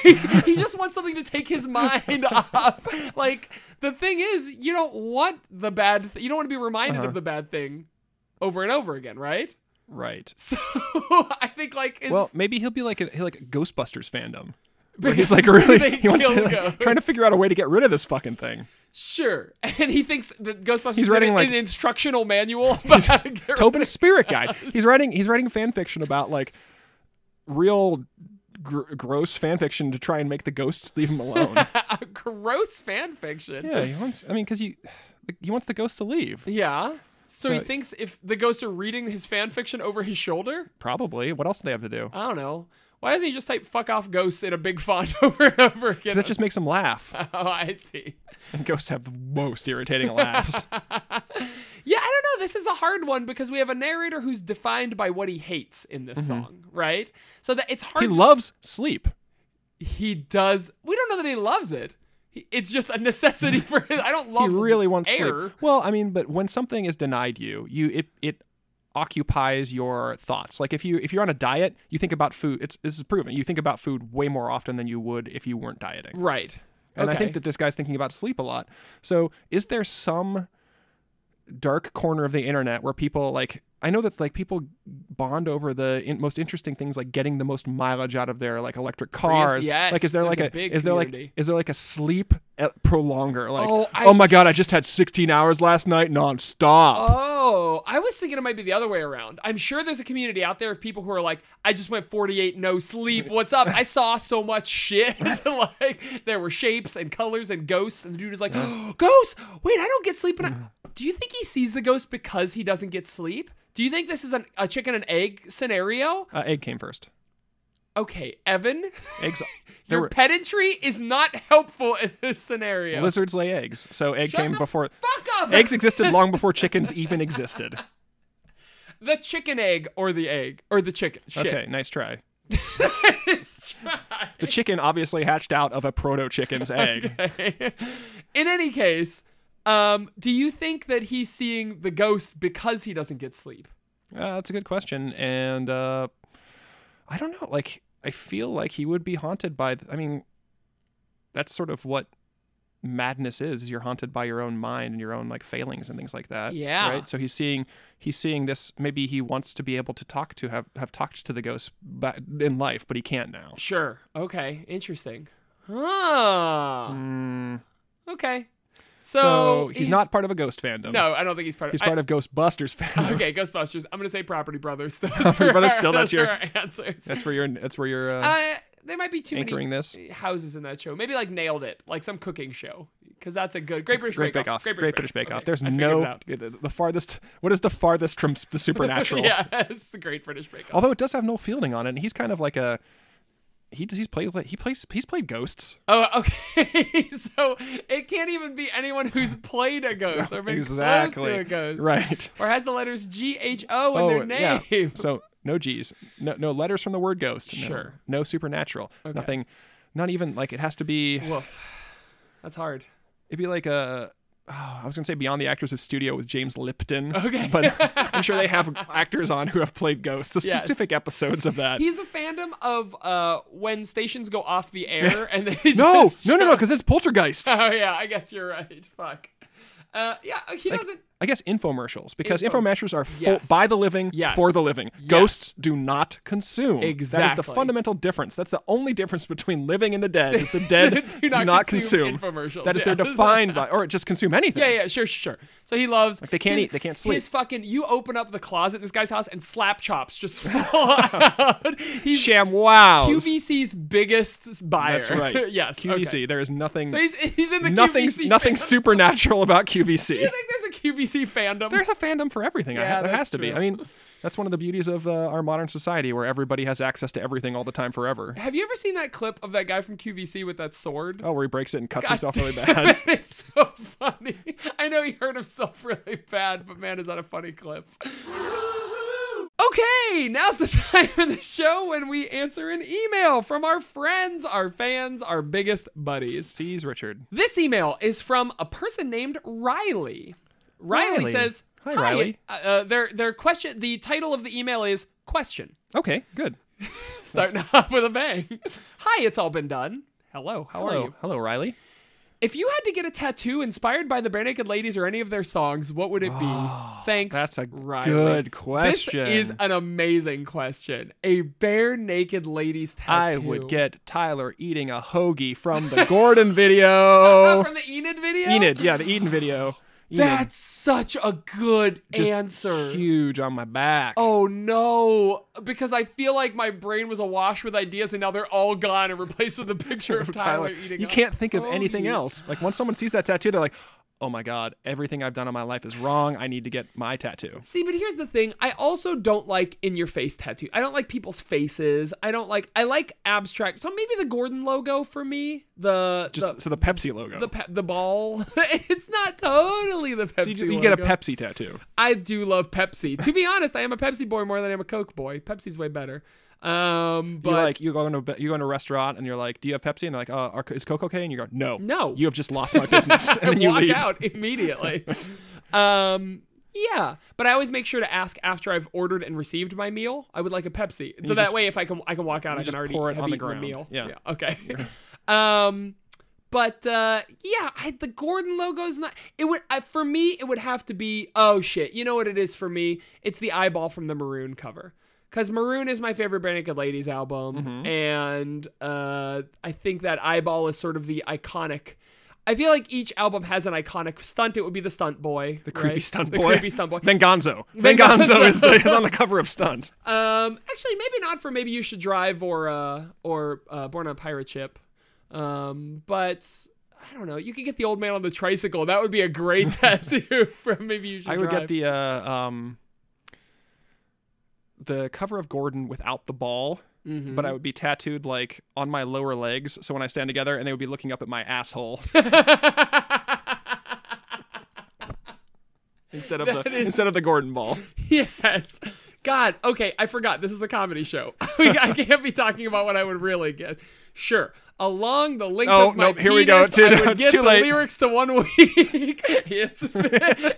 [SPEAKER 2] he just wants something to take his mind off. Like the thing is, you don't want the bad. Th- you don't want to be reminded of the bad thing over and over again, right?
[SPEAKER 3] right.
[SPEAKER 2] So (laughs) I think like is
[SPEAKER 3] Well, maybe he'll be like a, he'll like a Ghostbusters fandom. Where he's like really
[SPEAKER 2] They
[SPEAKER 3] he wants to,
[SPEAKER 2] kill
[SPEAKER 3] like,
[SPEAKER 2] ghosts.
[SPEAKER 3] trying to figure out a way to get rid of this fucking thing.
[SPEAKER 2] sure, (laughs) and he thinks that Ghostbusters
[SPEAKER 3] He's
[SPEAKER 2] is
[SPEAKER 3] writing,
[SPEAKER 2] an,
[SPEAKER 3] like-
[SPEAKER 2] an instructional
[SPEAKER 3] (laughs)
[SPEAKER 2] manual about how to get rid-
[SPEAKER 3] Tobin is Spirit Guide. He's writing he's writing fan fiction about like real gr- gross fan fiction to try and make the ghosts leave him alone.
[SPEAKER 2] a gross fan fiction.
[SPEAKER 3] yeah, he wants. I mean, because you he wants the ghosts to leave.
[SPEAKER 2] Yeah. So, he
[SPEAKER 3] So-
[SPEAKER 2] thinks if the ghosts are reading his fan fiction over his shoulder,
[SPEAKER 3] Probably. What else do they have to do?
[SPEAKER 2] I don't know. Why doesn't he just type "fuck off ghosts" in a big font (laughs) over and over again?
[SPEAKER 3] That just makes him laugh.
[SPEAKER 2] (laughs) oh, I see.
[SPEAKER 3] And ghosts have the most irritating laughs.
[SPEAKER 2] Yeah, I don't know. This is a hard one because we have a narrator who's defined by what he hates in this song, right? So that it's hard.
[SPEAKER 3] Mm-hmm. he
[SPEAKER 2] to-
[SPEAKER 3] loves sleep.
[SPEAKER 2] he does. We don't know that he loves it. He, it's just a
[SPEAKER 3] (laughs)
[SPEAKER 2] necessity for him. I don't
[SPEAKER 3] he
[SPEAKER 2] love.
[SPEAKER 3] really wants
[SPEAKER 2] air.
[SPEAKER 3] sleep. Well, I mean, but when something is denied you, you it it occupies your thoughts. Like if you if you're on a diet, you think about food. It's this is proven. You think about food way more often than you would if you weren't dieting.
[SPEAKER 2] Right.
[SPEAKER 3] And
[SPEAKER 2] okay.
[SPEAKER 3] I think that this guy's thinking about sleep a lot. So is there some dark corner of the internet where people like I know that like people bond over the in- most interesting things like getting the most mileage out of their like electric cars.
[SPEAKER 2] yes,
[SPEAKER 3] like is there
[SPEAKER 2] there's
[SPEAKER 3] like
[SPEAKER 2] a
[SPEAKER 3] a,
[SPEAKER 2] big
[SPEAKER 3] is there
[SPEAKER 2] community.
[SPEAKER 3] like is there like a sleep e- prolonger like
[SPEAKER 2] Oh,
[SPEAKER 3] oh,
[SPEAKER 2] I-
[SPEAKER 3] my god I just had 16 hours last night nonstop.
[SPEAKER 2] Oh, I was thinking it might be the other way around. I'm sure there's a community out there of people who are like, I just went 48, no sleep. What's up? I saw so much
[SPEAKER 3] (laughs)
[SPEAKER 2] shit. (laughs) like, there were shapes and colors and ghosts. And the dude is like, (gasps) Ghosts! Wait, I don't get sleep. And I-" Do you think he sees the ghost because he doesn't get sleep? Do you think this is an, a chicken and egg scenario?
[SPEAKER 3] Uh, egg came first.
[SPEAKER 2] Okay, Evan, (laughs)
[SPEAKER 3] Eggs there
[SPEAKER 2] your
[SPEAKER 3] were
[SPEAKER 2] pedantry is not helpful in this scenario.
[SPEAKER 3] lizards lay eggs. So egg
[SPEAKER 2] Shut
[SPEAKER 3] came
[SPEAKER 2] the
[SPEAKER 3] before
[SPEAKER 2] Fuck up!
[SPEAKER 3] eggs existed long before chickens even existed.
[SPEAKER 2] the chicken egg or the egg or the chicken. (laughs) Shit. (laughs)
[SPEAKER 3] Okay, nice try.
[SPEAKER 2] Let's try.
[SPEAKER 3] The chicken obviously hatched out of a proto
[SPEAKER 2] (laughs)
[SPEAKER 3] chicken's egg.
[SPEAKER 2] in any case, um, do you think that he's seeing the ghosts because he doesn't get sleep?
[SPEAKER 3] Uh, that's a good question, and uh, I don't know. Like, I feel like he would be haunted by. th- I mean, that's sort of what madness is: is you're haunted by your own mind and your own like failings and things like that.
[SPEAKER 2] Yeah.
[SPEAKER 3] Right. So he's seeing he's seeing this. Maybe he wants to be able to talk to have have talked to the ghosts ba- in life, but he can't now.
[SPEAKER 2] Sure. Okay. Interesting. Huh. Okay. So,
[SPEAKER 3] Hmm. So he's, not part of a ghost fandom.
[SPEAKER 2] No, I don't think he's part of.
[SPEAKER 3] He's
[SPEAKER 2] I-
[SPEAKER 3] part of Ghostbusters fandom.
[SPEAKER 2] Okay, Ghostbusters. I'm gonna say Property
[SPEAKER 3] (laughs)
[SPEAKER 2] Brothers. Those are
[SPEAKER 3] Brothers,
[SPEAKER 2] our-
[SPEAKER 3] still, that's
[SPEAKER 2] those are
[SPEAKER 3] your-
[SPEAKER 2] our answers.
[SPEAKER 3] (laughs) That's where you're. That's where you're. Uh,
[SPEAKER 2] uh, there might be too
[SPEAKER 3] anchoring
[SPEAKER 2] many
[SPEAKER 3] this.
[SPEAKER 2] houses in that show. Maybe like nailed it, like some cooking show, because that's a good Great British
[SPEAKER 3] Great Bake Off. Great British, Bake Off. There's no
[SPEAKER 2] out. (laughs)
[SPEAKER 3] the, the farthest. What is the farthest from s- the supernatural?
[SPEAKER 2] yeah, (laughs) it's the Great British Bake Off.
[SPEAKER 3] Although it does have Noel Fielding on it, and he's kind of like a he does- he's played like- he plays he's played ghosts.
[SPEAKER 2] Oh, okay. (laughs) so it can't even be anyone who's played a ghost or been
[SPEAKER 3] exactly.
[SPEAKER 2] close to a ghost, (laughs)
[SPEAKER 3] Right.
[SPEAKER 2] Or has the letters G H O in
[SPEAKER 3] Oh
[SPEAKER 2] their name.
[SPEAKER 3] yeah. So no G's, no no letters from the word ghost. No-
[SPEAKER 2] Sure.
[SPEAKER 3] No, supernatural. Nothing. Not even like it has to be.
[SPEAKER 2] (laughs) Woof. That's hard.
[SPEAKER 3] It'd be like a. Oh, I was gonna say Beyond the Actors of Studio with James Lipton.
[SPEAKER 2] Okay.
[SPEAKER 3] But
[SPEAKER 2] (laughs)
[SPEAKER 3] I'm sure they have actors on who have played ghosts. The
[SPEAKER 2] Yes.
[SPEAKER 3] specific episodes of that.
[SPEAKER 2] He's a fandom of uh, when stations go off the air and they just (laughs)
[SPEAKER 3] no, no, no, no, because it's Poltergeist.
[SPEAKER 2] Oh yeah, I guess you're right. Fuck. Uh, yeah, he doesn't.
[SPEAKER 3] I guess infomercials because infomercials are full,
[SPEAKER 2] Yes.
[SPEAKER 3] by the living
[SPEAKER 2] Yes.
[SPEAKER 3] for the living. Ghosts do not consume. That is the
[SPEAKER 2] Exactly.
[SPEAKER 3] fundamental difference. That's the only difference between living and the
[SPEAKER 2] (laughs)
[SPEAKER 3] dead is the dead
[SPEAKER 2] Do not consume infomercials,
[SPEAKER 3] That is
[SPEAKER 2] yeah.
[SPEAKER 3] they're defined by or just consume anything.
[SPEAKER 2] Yeah, yeah, sure, sure. sure. So he loves.
[SPEAKER 3] they can't
[SPEAKER 2] his-
[SPEAKER 3] eat, they can't sleep.
[SPEAKER 2] His fucking. You open up the closet in this guy's house and slap chops just
[SPEAKER 3] (laughs)
[SPEAKER 2] fall out. He's
[SPEAKER 3] Sham wow.
[SPEAKER 2] QVC's biggest buyer.
[SPEAKER 3] That's
[SPEAKER 2] (laughs)
[SPEAKER 3] right.
[SPEAKER 2] yes. okay.
[SPEAKER 3] QVC. There is nothing
[SPEAKER 2] So he's, he's in the
[SPEAKER 3] nothing
[SPEAKER 2] QVC.
[SPEAKER 3] nothing
[SPEAKER 2] fandom. (laughs)
[SPEAKER 3] supernatural about QVC.
[SPEAKER 2] I think there's a QVC fandom.
[SPEAKER 3] There's a fandom for everything. I
[SPEAKER 2] Yeah,
[SPEAKER 3] ha- there
[SPEAKER 2] that's
[SPEAKER 3] has to be.
[SPEAKER 2] true.
[SPEAKER 3] I mean, that's one of the beauties of uh, our modern society where everybody has access to everything all the time forever.
[SPEAKER 2] Have you ever seen that clip of that guy from QVC with that sword?
[SPEAKER 3] Oh, where he breaks it and cuts
[SPEAKER 2] God
[SPEAKER 3] himself really
[SPEAKER 2] damn
[SPEAKER 3] bad.
[SPEAKER 2] it, It's so funny. I know he hurt himself really bad, but man, is that a funny clip. Okay, now's the (laughs) time in the show when we answer an email from our friends, our fans, our biggest buddies.
[SPEAKER 3] (laughs) Sees Richard.
[SPEAKER 2] This email is from a person named Riley. Riley,
[SPEAKER 3] Riley.
[SPEAKER 2] says,
[SPEAKER 3] Hi, Riley."
[SPEAKER 2] Uh, uh, their their question. The title of the email is question.
[SPEAKER 3] Okay, good.
[SPEAKER 2] Starting (laughs) off with a bang. Hi, it's all been done. Hello, how are
[SPEAKER 3] Hello,
[SPEAKER 2] you?
[SPEAKER 3] hello, Riley.
[SPEAKER 2] If you had to get a tattoo inspired by the Bare Naked Ladies or any of their songs, what would it be? Thanks.
[SPEAKER 3] Oh, That's a
[SPEAKER 2] Riley.
[SPEAKER 3] good question.
[SPEAKER 2] This is an amazing question. A Bare Naked Ladies tattoo.
[SPEAKER 3] I would get Tyler eating a hoagie from
[SPEAKER 2] (laughs)
[SPEAKER 3] the Gordon video.
[SPEAKER 2] from the Enid video.
[SPEAKER 3] Oh, Enid, yeah, the Eden video. Enid,
[SPEAKER 2] That's such a good
[SPEAKER 3] just
[SPEAKER 2] answer.
[SPEAKER 3] huge on my back. (laughs)
[SPEAKER 2] Oh no! Because I feel like my brain was awash with ideas, and now they're all gone and replaced with a picture
[SPEAKER 3] (laughs)
[SPEAKER 2] of Tyler, eating. Oh,
[SPEAKER 3] you
[SPEAKER 2] a
[SPEAKER 3] can't think of anything
[SPEAKER 2] hoagie.
[SPEAKER 3] else. Like once someone sees that tattoo, they're like, "Oh my god, everything I've done in my life is wrong. I need to get my tattoo."
[SPEAKER 2] See, but here's the thing. I also don't like in your face tattoo. I don't like people's faces. I don't like. I like abstract. So maybe the Gordon logo for me. The
[SPEAKER 3] Just
[SPEAKER 2] the
[SPEAKER 3] so the Pepsi logo.
[SPEAKER 2] the, pe- the ball. (laughs) it's not totally the Pepsi.
[SPEAKER 3] so you, you
[SPEAKER 2] logo.
[SPEAKER 3] get a Pepsi tattoo.
[SPEAKER 2] I do love Pepsi. to be honest, I am a Pepsi boy more than I am a Coke boy. Pepsi's way better. Um, but
[SPEAKER 3] you like you go into you go into a restaurant and you're like, "Do you have Pepsi?" And they're like, "Uh, are, is Coke okay?" And you go, "No,
[SPEAKER 2] No.
[SPEAKER 3] You have just lost
[SPEAKER 2] (laughs)
[SPEAKER 3] my (laughs) business." and
[SPEAKER 2] and
[SPEAKER 3] then you
[SPEAKER 2] walk
[SPEAKER 3] leave.
[SPEAKER 2] out immediately. um, yeah, but I always make sure to ask after I've ordered and received my meal. I would like a Pepsi, so that
[SPEAKER 3] just-
[SPEAKER 2] way if I can I can walk out, I can
[SPEAKER 3] just
[SPEAKER 2] already
[SPEAKER 3] pour it
[SPEAKER 2] have
[SPEAKER 3] on the
[SPEAKER 2] eaten
[SPEAKER 3] ground.
[SPEAKER 2] meal.
[SPEAKER 3] Yeah.
[SPEAKER 2] Okay. (laughs) um, but uh, yeah, I, the Gordon logo's not. It would I, for me. It would have to be. Oh shit! You know what it is for me? It's the eyeball from the Maroon cover. Cause Maroon is my favorite Bare Naked Ladies album,
[SPEAKER 3] Mm-hmm.
[SPEAKER 2] and uh, I think that eyeball is sort of the iconic. I feel like each album has an iconic stunt. It would be the Stunt Boy,
[SPEAKER 3] The creepy
[SPEAKER 2] right?
[SPEAKER 3] stunt
[SPEAKER 2] the
[SPEAKER 3] boy.
[SPEAKER 2] creepy
[SPEAKER 3] (laughs)
[SPEAKER 2] Stunt Boy.
[SPEAKER 3] Then Gonzo.
[SPEAKER 2] Then
[SPEAKER 3] Then Gonzo
[SPEAKER 2] Gonzo.
[SPEAKER 3] is, the, is on the cover of Stunt.
[SPEAKER 2] (laughs) Um, actually, maybe not for maybe you should drive or uh or uh, Born on a Pirate Ship. Um, but I don't know. You could get the old man on the tricycle. That would be a great (laughs) tattoo from maybe you should.
[SPEAKER 3] I would
[SPEAKER 2] drive.
[SPEAKER 3] get the uh, um, the cover of Gordon without the ball,
[SPEAKER 2] Mm-hmm.
[SPEAKER 3] but I would be tattooed like on my lower legs. So when I stand together, and they would be looking up at
[SPEAKER 2] (laughs)
[SPEAKER 3] my asshole instead of the instead of the Gordon ball.
[SPEAKER 2] (laughs) yes. God, okay, I forgot. This is a comedy show. (laughs) I can't be talking about what I would really get. Sure. Along the length
[SPEAKER 3] Oh,
[SPEAKER 2] of my
[SPEAKER 3] nope, here we go.
[SPEAKER 2] penis,
[SPEAKER 3] Too- (laughs)
[SPEAKER 2] I would
[SPEAKER 3] no, it's
[SPEAKER 2] get
[SPEAKER 3] too
[SPEAKER 2] the
[SPEAKER 3] late.
[SPEAKER 2] lyrics to one week. (laughs) it's Vin,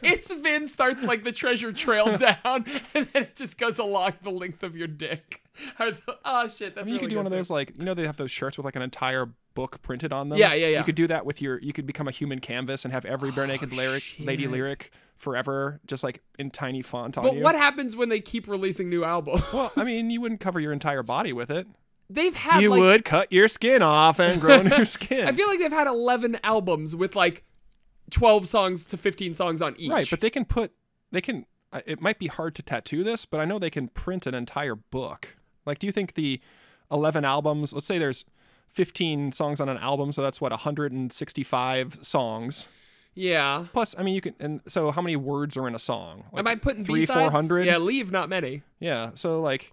[SPEAKER 2] it's Vin starts like the treasure trail (laughs) down, and then it just goes along the length of your dick. Or the- oh shit, that's
[SPEAKER 3] You
[SPEAKER 2] really
[SPEAKER 3] could
[SPEAKER 2] good
[SPEAKER 3] do one of
[SPEAKER 2] too.
[SPEAKER 3] those like you know they have those shirts with like an entire book printed on them.
[SPEAKER 2] Yeah, yeah, Oh, yeah.
[SPEAKER 3] You could do that with your. You could become a human canvas and have every bare naked lyric, lady lyric forever, just like in tiny font on
[SPEAKER 2] But
[SPEAKER 3] you.
[SPEAKER 2] what happens when they keep releasing new albums?
[SPEAKER 3] well, I mean, you wouldn't cover your entire body with it.
[SPEAKER 2] (laughs) They've had
[SPEAKER 3] You
[SPEAKER 2] like
[SPEAKER 3] would cut your skin off and grow
[SPEAKER 2] (laughs)
[SPEAKER 3] new skin.
[SPEAKER 2] I feel like they've had 11 albums with like 12 songs to 15 songs on each.
[SPEAKER 3] Right, but they can put they can. I- It might be hard to tattoo this, but I know they can print an entire book. Like, do you think the eleven albums? Let's say there's fifteen songs on an album, so that's what hundred and sixty-five songs.
[SPEAKER 2] yeah.
[SPEAKER 3] Plus, I mean, you can. And so, how many words are in a song? Like
[SPEAKER 2] Am I putting
[SPEAKER 3] three,
[SPEAKER 2] B-sides?
[SPEAKER 3] four hundred?
[SPEAKER 2] Yeah, leave not many.
[SPEAKER 3] yeah. So, like,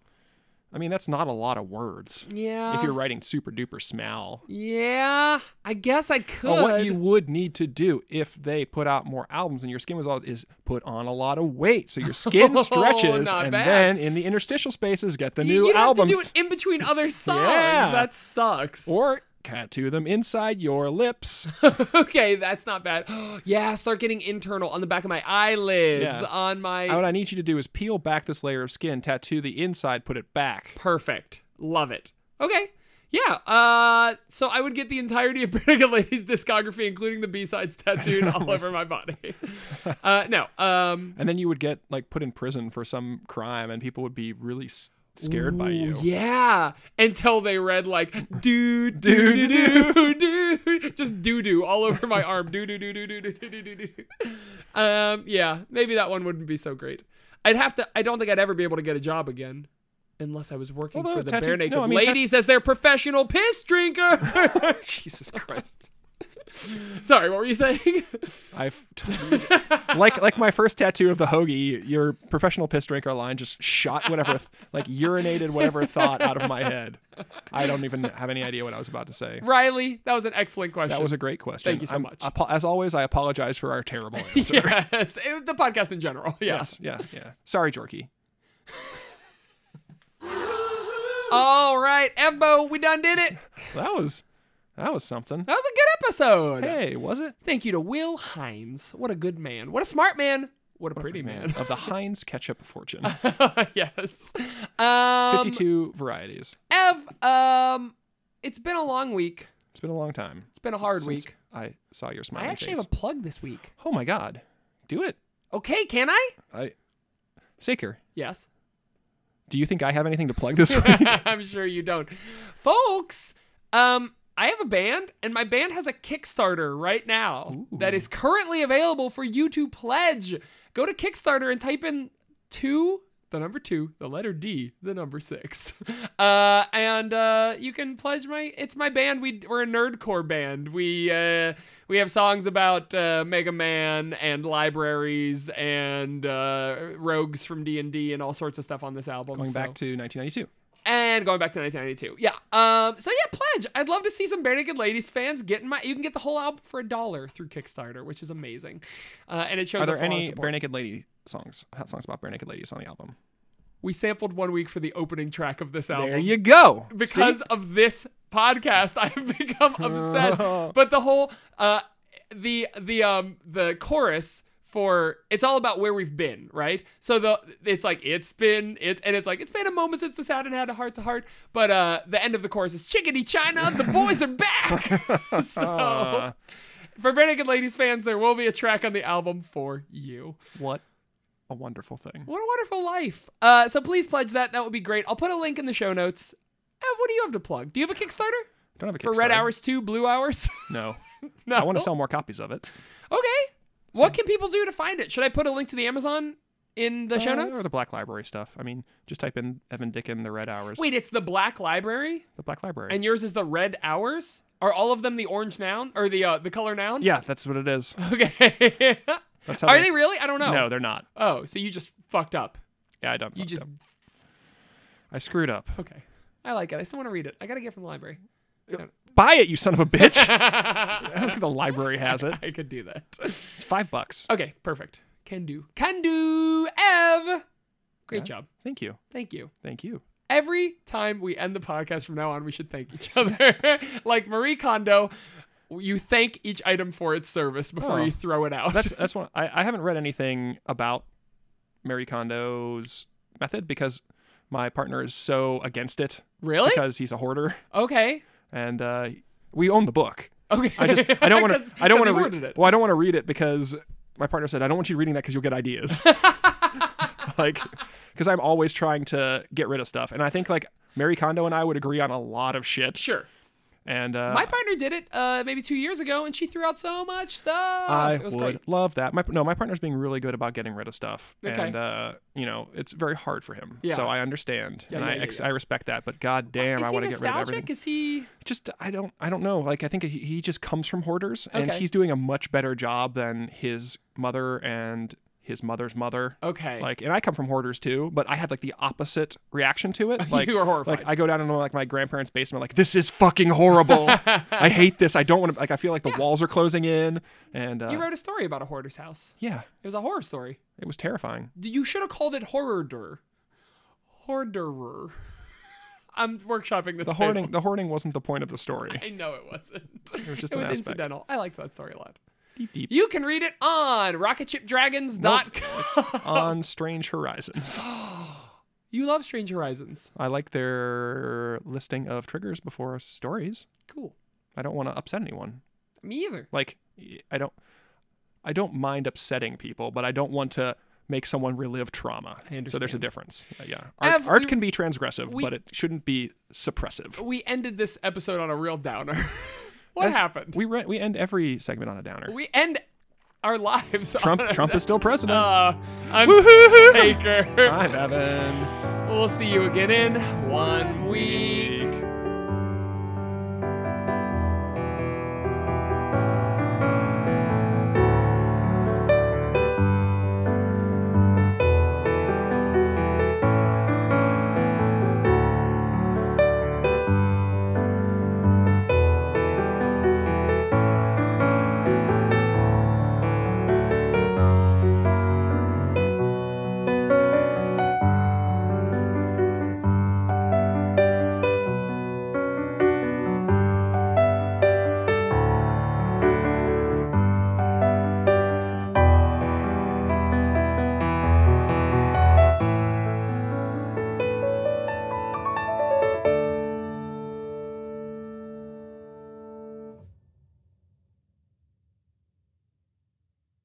[SPEAKER 3] I mean, that's not a lot of words.
[SPEAKER 2] Yeah.
[SPEAKER 3] If you're writing super duper smell.
[SPEAKER 2] Yeah, I guess I could.
[SPEAKER 3] But Oh, what you would need to do if they put out more albums and your skin was all is put on a lot of weight
[SPEAKER 2] (laughs)
[SPEAKER 3] so your skin
[SPEAKER 2] Oh,
[SPEAKER 3] stretches
[SPEAKER 2] not
[SPEAKER 3] and
[SPEAKER 2] bad.
[SPEAKER 3] then in the interstitial spaces get the
[SPEAKER 2] Y-
[SPEAKER 3] new
[SPEAKER 2] you'd
[SPEAKER 3] albums
[SPEAKER 2] have to do it in between
[SPEAKER 3] (laughs)
[SPEAKER 2] other songs.
[SPEAKER 3] Yeah.
[SPEAKER 2] That sucks.
[SPEAKER 3] or tattoo them inside your lips.
[SPEAKER 2] (laughs) okay, that's not bad. (gasps) yeah, start getting internal on the back of my eyelids,
[SPEAKER 3] Yeah.
[SPEAKER 2] on my (laughs)
[SPEAKER 3] what I need you to do is peel back this layer of skin, tattoo the inside, put it back.
[SPEAKER 2] perfect. Love it. Okay. Yeah. Uh, so I would get the entirety of (laughs) Bernica Lady's discography, including the B
[SPEAKER 3] (laughs)
[SPEAKER 2] sides tattooed all over my body. Uh, no. Um,
[SPEAKER 3] And then you would get like put in prison for some crime, and people would be really s- scared by you.
[SPEAKER 2] yeah. Until they read like
[SPEAKER 3] (laughs)
[SPEAKER 2] doo doo doo doo doo, just doo doo all over my arm. Doo doo doo doo doo doo doo doo doo. doo. Um, yeah. Maybe that one wouldn't be so great. I'd have to. I don't think I'd ever be able to get a job again. Unless I was working
[SPEAKER 3] Although
[SPEAKER 2] for the
[SPEAKER 3] tattoo-
[SPEAKER 2] bare naked
[SPEAKER 3] no, I mean, tat-
[SPEAKER 2] ladies as their professional piss drinker.
[SPEAKER 3] (laughs)
[SPEAKER 2] (laughs)
[SPEAKER 3] Jesus Christ.
[SPEAKER 2] Sorry, what were you saying? (laughs)
[SPEAKER 3] I've (laughs) like like my first tattoo of the hoagie. Your professional piss drinker line just shot
[SPEAKER 2] (laughs)
[SPEAKER 3] whatever, th- like urinated whatever thought out of my head. I don't even have any idea what I was about to say.
[SPEAKER 2] Riley, that was an excellent question.
[SPEAKER 3] That was a great question.
[SPEAKER 2] Thank you so
[SPEAKER 3] I'm-
[SPEAKER 2] much.
[SPEAKER 3] apo- as always, I apologize for our terrible answer.
[SPEAKER 2] (laughs) yes. It- the podcast in general. (laughs) Yeah.
[SPEAKER 3] Yes, yeah, yeah. Sorry, Jorky.
[SPEAKER 2] All right, Evbo, we done did it.
[SPEAKER 3] That was that was something.
[SPEAKER 2] That was a good episode.
[SPEAKER 3] Hey, was it?
[SPEAKER 2] Thank you to Will Hines. What a good man. What a smart man. What a pretty man. Um,
[SPEAKER 3] of the Heinz
[SPEAKER 2] (laughs)
[SPEAKER 3] ketchup fortune.
[SPEAKER 2] yes. Um,
[SPEAKER 3] Fifty-two varieties.
[SPEAKER 2] Ev, um, it's been a long week.
[SPEAKER 3] It's been a long time.
[SPEAKER 2] It's been a hard
[SPEAKER 3] since
[SPEAKER 2] week.
[SPEAKER 3] I saw your
[SPEAKER 2] I
[SPEAKER 3] smiling
[SPEAKER 2] actually
[SPEAKER 3] face.
[SPEAKER 2] have a plug this week.
[SPEAKER 3] Oh my god. Do it.
[SPEAKER 2] Okay, can I?
[SPEAKER 3] I Saker,
[SPEAKER 2] Yes.
[SPEAKER 3] do you think I have anything to
[SPEAKER 2] (laughs)
[SPEAKER 3] plug this week?
[SPEAKER 2] I'm sure you don't. Folks, um, I have a band, and my band has a Kickstarter right now that is currently available for you to pledge. Go to Kickstarter and type in two, the number two, the letter D, the number six. (laughs) Uh, and uh, you can pledge my. It's my band. We we're a nerdcore band. We uh, we have songs about uh, Mega Man and libraries and uh, rogues from D and D and all sorts of stuff on this album.
[SPEAKER 3] Going
[SPEAKER 2] so-
[SPEAKER 3] back to 1992.
[SPEAKER 2] and going back to 1992. Yeah. Um. So yeah, pledge. I'd love to see some Bare Naked Ladies fans getting my. You can get the whole album for a dollar through Kickstarter, which is amazing. Uh, and it shows.
[SPEAKER 3] Are
[SPEAKER 2] us
[SPEAKER 3] there
[SPEAKER 2] a lot of
[SPEAKER 3] any
[SPEAKER 2] support.
[SPEAKER 3] bare naked lady songs? Hot songs about bare naked ladies on the album.
[SPEAKER 2] We sampled one week for the opening track of this album.
[SPEAKER 3] There you go.
[SPEAKER 2] because of this podcast (laughs) i've become obsessed but the whole uh the the um the chorus for it's all about where we've been right so the it's like it's been it and it's like it's been a moment since this had and had a heart to heart but uh the end of the chorus is chickadee china the boys are back (laughs) so for very good ladies fans there will be a track on the album for you
[SPEAKER 3] what a wonderful thing.
[SPEAKER 2] what a wonderful life uh so please pledge that that would be great i'll put a link in the show notes uh, what do you have to plug do you have a kickstarter
[SPEAKER 3] Don't have a
[SPEAKER 2] for red
[SPEAKER 3] Kickstarter.
[SPEAKER 2] hours too, blue hours. (laughs)
[SPEAKER 3] No.
[SPEAKER 2] no,
[SPEAKER 3] I want to sell more copies of it.
[SPEAKER 2] Okay, what can people do to find it? Should I put a link to the Amazon in the show
[SPEAKER 3] Uh,
[SPEAKER 2] notes?
[SPEAKER 3] or the Black Library stuff. I mean, just type in Evan Dickin, the Red Hours.
[SPEAKER 2] Wait, it's the Black Library,
[SPEAKER 3] the Black Library.
[SPEAKER 2] and yours is the Red Hours. Are all of them the orange noun or the uh, the color noun?
[SPEAKER 3] yeah, that's what it is.
[SPEAKER 2] (laughs) Okay.
[SPEAKER 3] That's how
[SPEAKER 2] Are
[SPEAKER 3] they-
[SPEAKER 2] they really? I don't know.
[SPEAKER 3] No, they're not.
[SPEAKER 2] Oh, so you just fucked up.
[SPEAKER 3] Yeah, I don't.
[SPEAKER 2] You just
[SPEAKER 3] I screwed up.
[SPEAKER 2] okay. I like it. I still want to read it. I gotta get from the library. (laughs)
[SPEAKER 3] Buy it, you son of a bitch. I don't think the library has it.
[SPEAKER 2] I could do that. (laughs)
[SPEAKER 3] It's five bucks.
[SPEAKER 2] okay, perfect. Can do. Can do. Ev. Great
[SPEAKER 3] Yeah.
[SPEAKER 2] job.
[SPEAKER 3] Thank you.
[SPEAKER 2] Thank you.
[SPEAKER 3] Thank you.
[SPEAKER 2] every time we end the podcast from now on, we should thank
[SPEAKER 3] (laughs)
[SPEAKER 2] each other. (laughs) like Marie Kondo, you thank each item for its service before
[SPEAKER 3] Oh.
[SPEAKER 2] you throw it out.
[SPEAKER 3] That's that's one. I, I haven't read anything about Mary Kondo's method because my partner is so against it
[SPEAKER 2] really
[SPEAKER 3] because he's a hoarder
[SPEAKER 2] (laughs) okay.
[SPEAKER 3] and uh, we own the book.
[SPEAKER 2] Okay,
[SPEAKER 3] I
[SPEAKER 2] (laughs)
[SPEAKER 3] just I don't want
[SPEAKER 2] Because-
[SPEAKER 3] to I don't
[SPEAKER 2] 'cause
[SPEAKER 3] want
[SPEAKER 2] he
[SPEAKER 3] to
[SPEAKER 2] ordered it.
[SPEAKER 3] Well, I don't want to read it because my partner said I don't want you reading that because you'll
[SPEAKER 2] (laughs)
[SPEAKER 3] get ideas. (laughs) like because I'm always trying to get rid of stuff, and I think like Mary Kondo and I would agree on a lot of shit.
[SPEAKER 2] Sure.
[SPEAKER 3] And uh,
[SPEAKER 2] My partner did it uh, maybe two years ago, and she threw out so much stuff.
[SPEAKER 3] I
[SPEAKER 2] it was
[SPEAKER 3] would
[SPEAKER 2] great.
[SPEAKER 3] love that. My no, my partner's being really good about getting rid of stuff,
[SPEAKER 2] Okay.
[SPEAKER 3] and uh, you know it's very hard for him.
[SPEAKER 2] Yeah.
[SPEAKER 3] So I understand, and
[SPEAKER 2] yeah,
[SPEAKER 3] I
[SPEAKER 2] yeah,
[SPEAKER 3] ex- I respect that. But god damn,
[SPEAKER 2] Is
[SPEAKER 3] I
[SPEAKER 2] he
[SPEAKER 3] want to get rid of everything.
[SPEAKER 2] nostalgic? Is he?
[SPEAKER 3] just I don't I don't know. Like I think he, he just comes from hoarders, and
[SPEAKER 2] Okay.
[SPEAKER 3] he's doing a much better job than his mother and his mother's mother.
[SPEAKER 2] Okay.
[SPEAKER 3] Like, and I come from hoarders too, but I had like the opposite reaction
[SPEAKER 2] (laughs)
[SPEAKER 3] to it. Like,
[SPEAKER 2] You were horrified.
[SPEAKER 3] Like, I go down into like my grandparents' basement, like this is
[SPEAKER 2] (laughs)
[SPEAKER 3] fucking horrible. I hate this. I don't want to. Like, I feel like the walls are closing in, and uh,
[SPEAKER 2] you wrote a story about a hoarder's house.
[SPEAKER 3] yeah,
[SPEAKER 2] It was a horror story.
[SPEAKER 3] it was terrifying.
[SPEAKER 2] You should have called it horror-der. Hoarderer. (laughs) I'm workshopping the
[SPEAKER 3] The
[SPEAKER 2] title.
[SPEAKER 3] hoarding, the hoarding wasn't the point of the
[SPEAKER 2] (laughs)
[SPEAKER 3] story.
[SPEAKER 2] I know it wasn't. It
[SPEAKER 3] was just
[SPEAKER 2] (laughs) it
[SPEAKER 3] an
[SPEAKER 2] was
[SPEAKER 3] aspect.
[SPEAKER 2] incidental. I like that story a lot.
[SPEAKER 3] Deep, deep
[SPEAKER 2] You can read it
[SPEAKER 3] (laughs)
[SPEAKER 2] on rocketshipdragons.com.
[SPEAKER 3] on Strange Horizons.
[SPEAKER 2] (laughs) You love Strange Horizons.
[SPEAKER 3] I like their listing of triggers before stories.
[SPEAKER 2] Cool.
[SPEAKER 3] I don't want to upset anyone.
[SPEAKER 2] Me either.
[SPEAKER 3] Like I don't I don't mind upsetting people, but I don't want to make someone relive trauma. So there's a
[SPEAKER 2] understand.
[SPEAKER 3] difference. Uh, yeah. Art,
[SPEAKER 2] Ev,
[SPEAKER 3] art
[SPEAKER 2] we-
[SPEAKER 3] can be transgressive,
[SPEAKER 2] we-
[SPEAKER 3] but it shouldn't be suppressive.
[SPEAKER 2] We ended this episode on a real downer. (laughs) what
[SPEAKER 3] As-
[SPEAKER 2] happened?
[SPEAKER 3] We re- we end every segment on a downer.
[SPEAKER 2] We end our lives (laughs)
[SPEAKER 3] Trump
[SPEAKER 2] on a
[SPEAKER 3] Trump is still president.
[SPEAKER 2] Uh, I'm
[SPEAKER 3] Woo-hoo-hoo-hoo.
[SPEAKER 2] Saker.
[SPEAKER 3] I'm Evan.
[SPEAKER 2] We'll see you again in one week.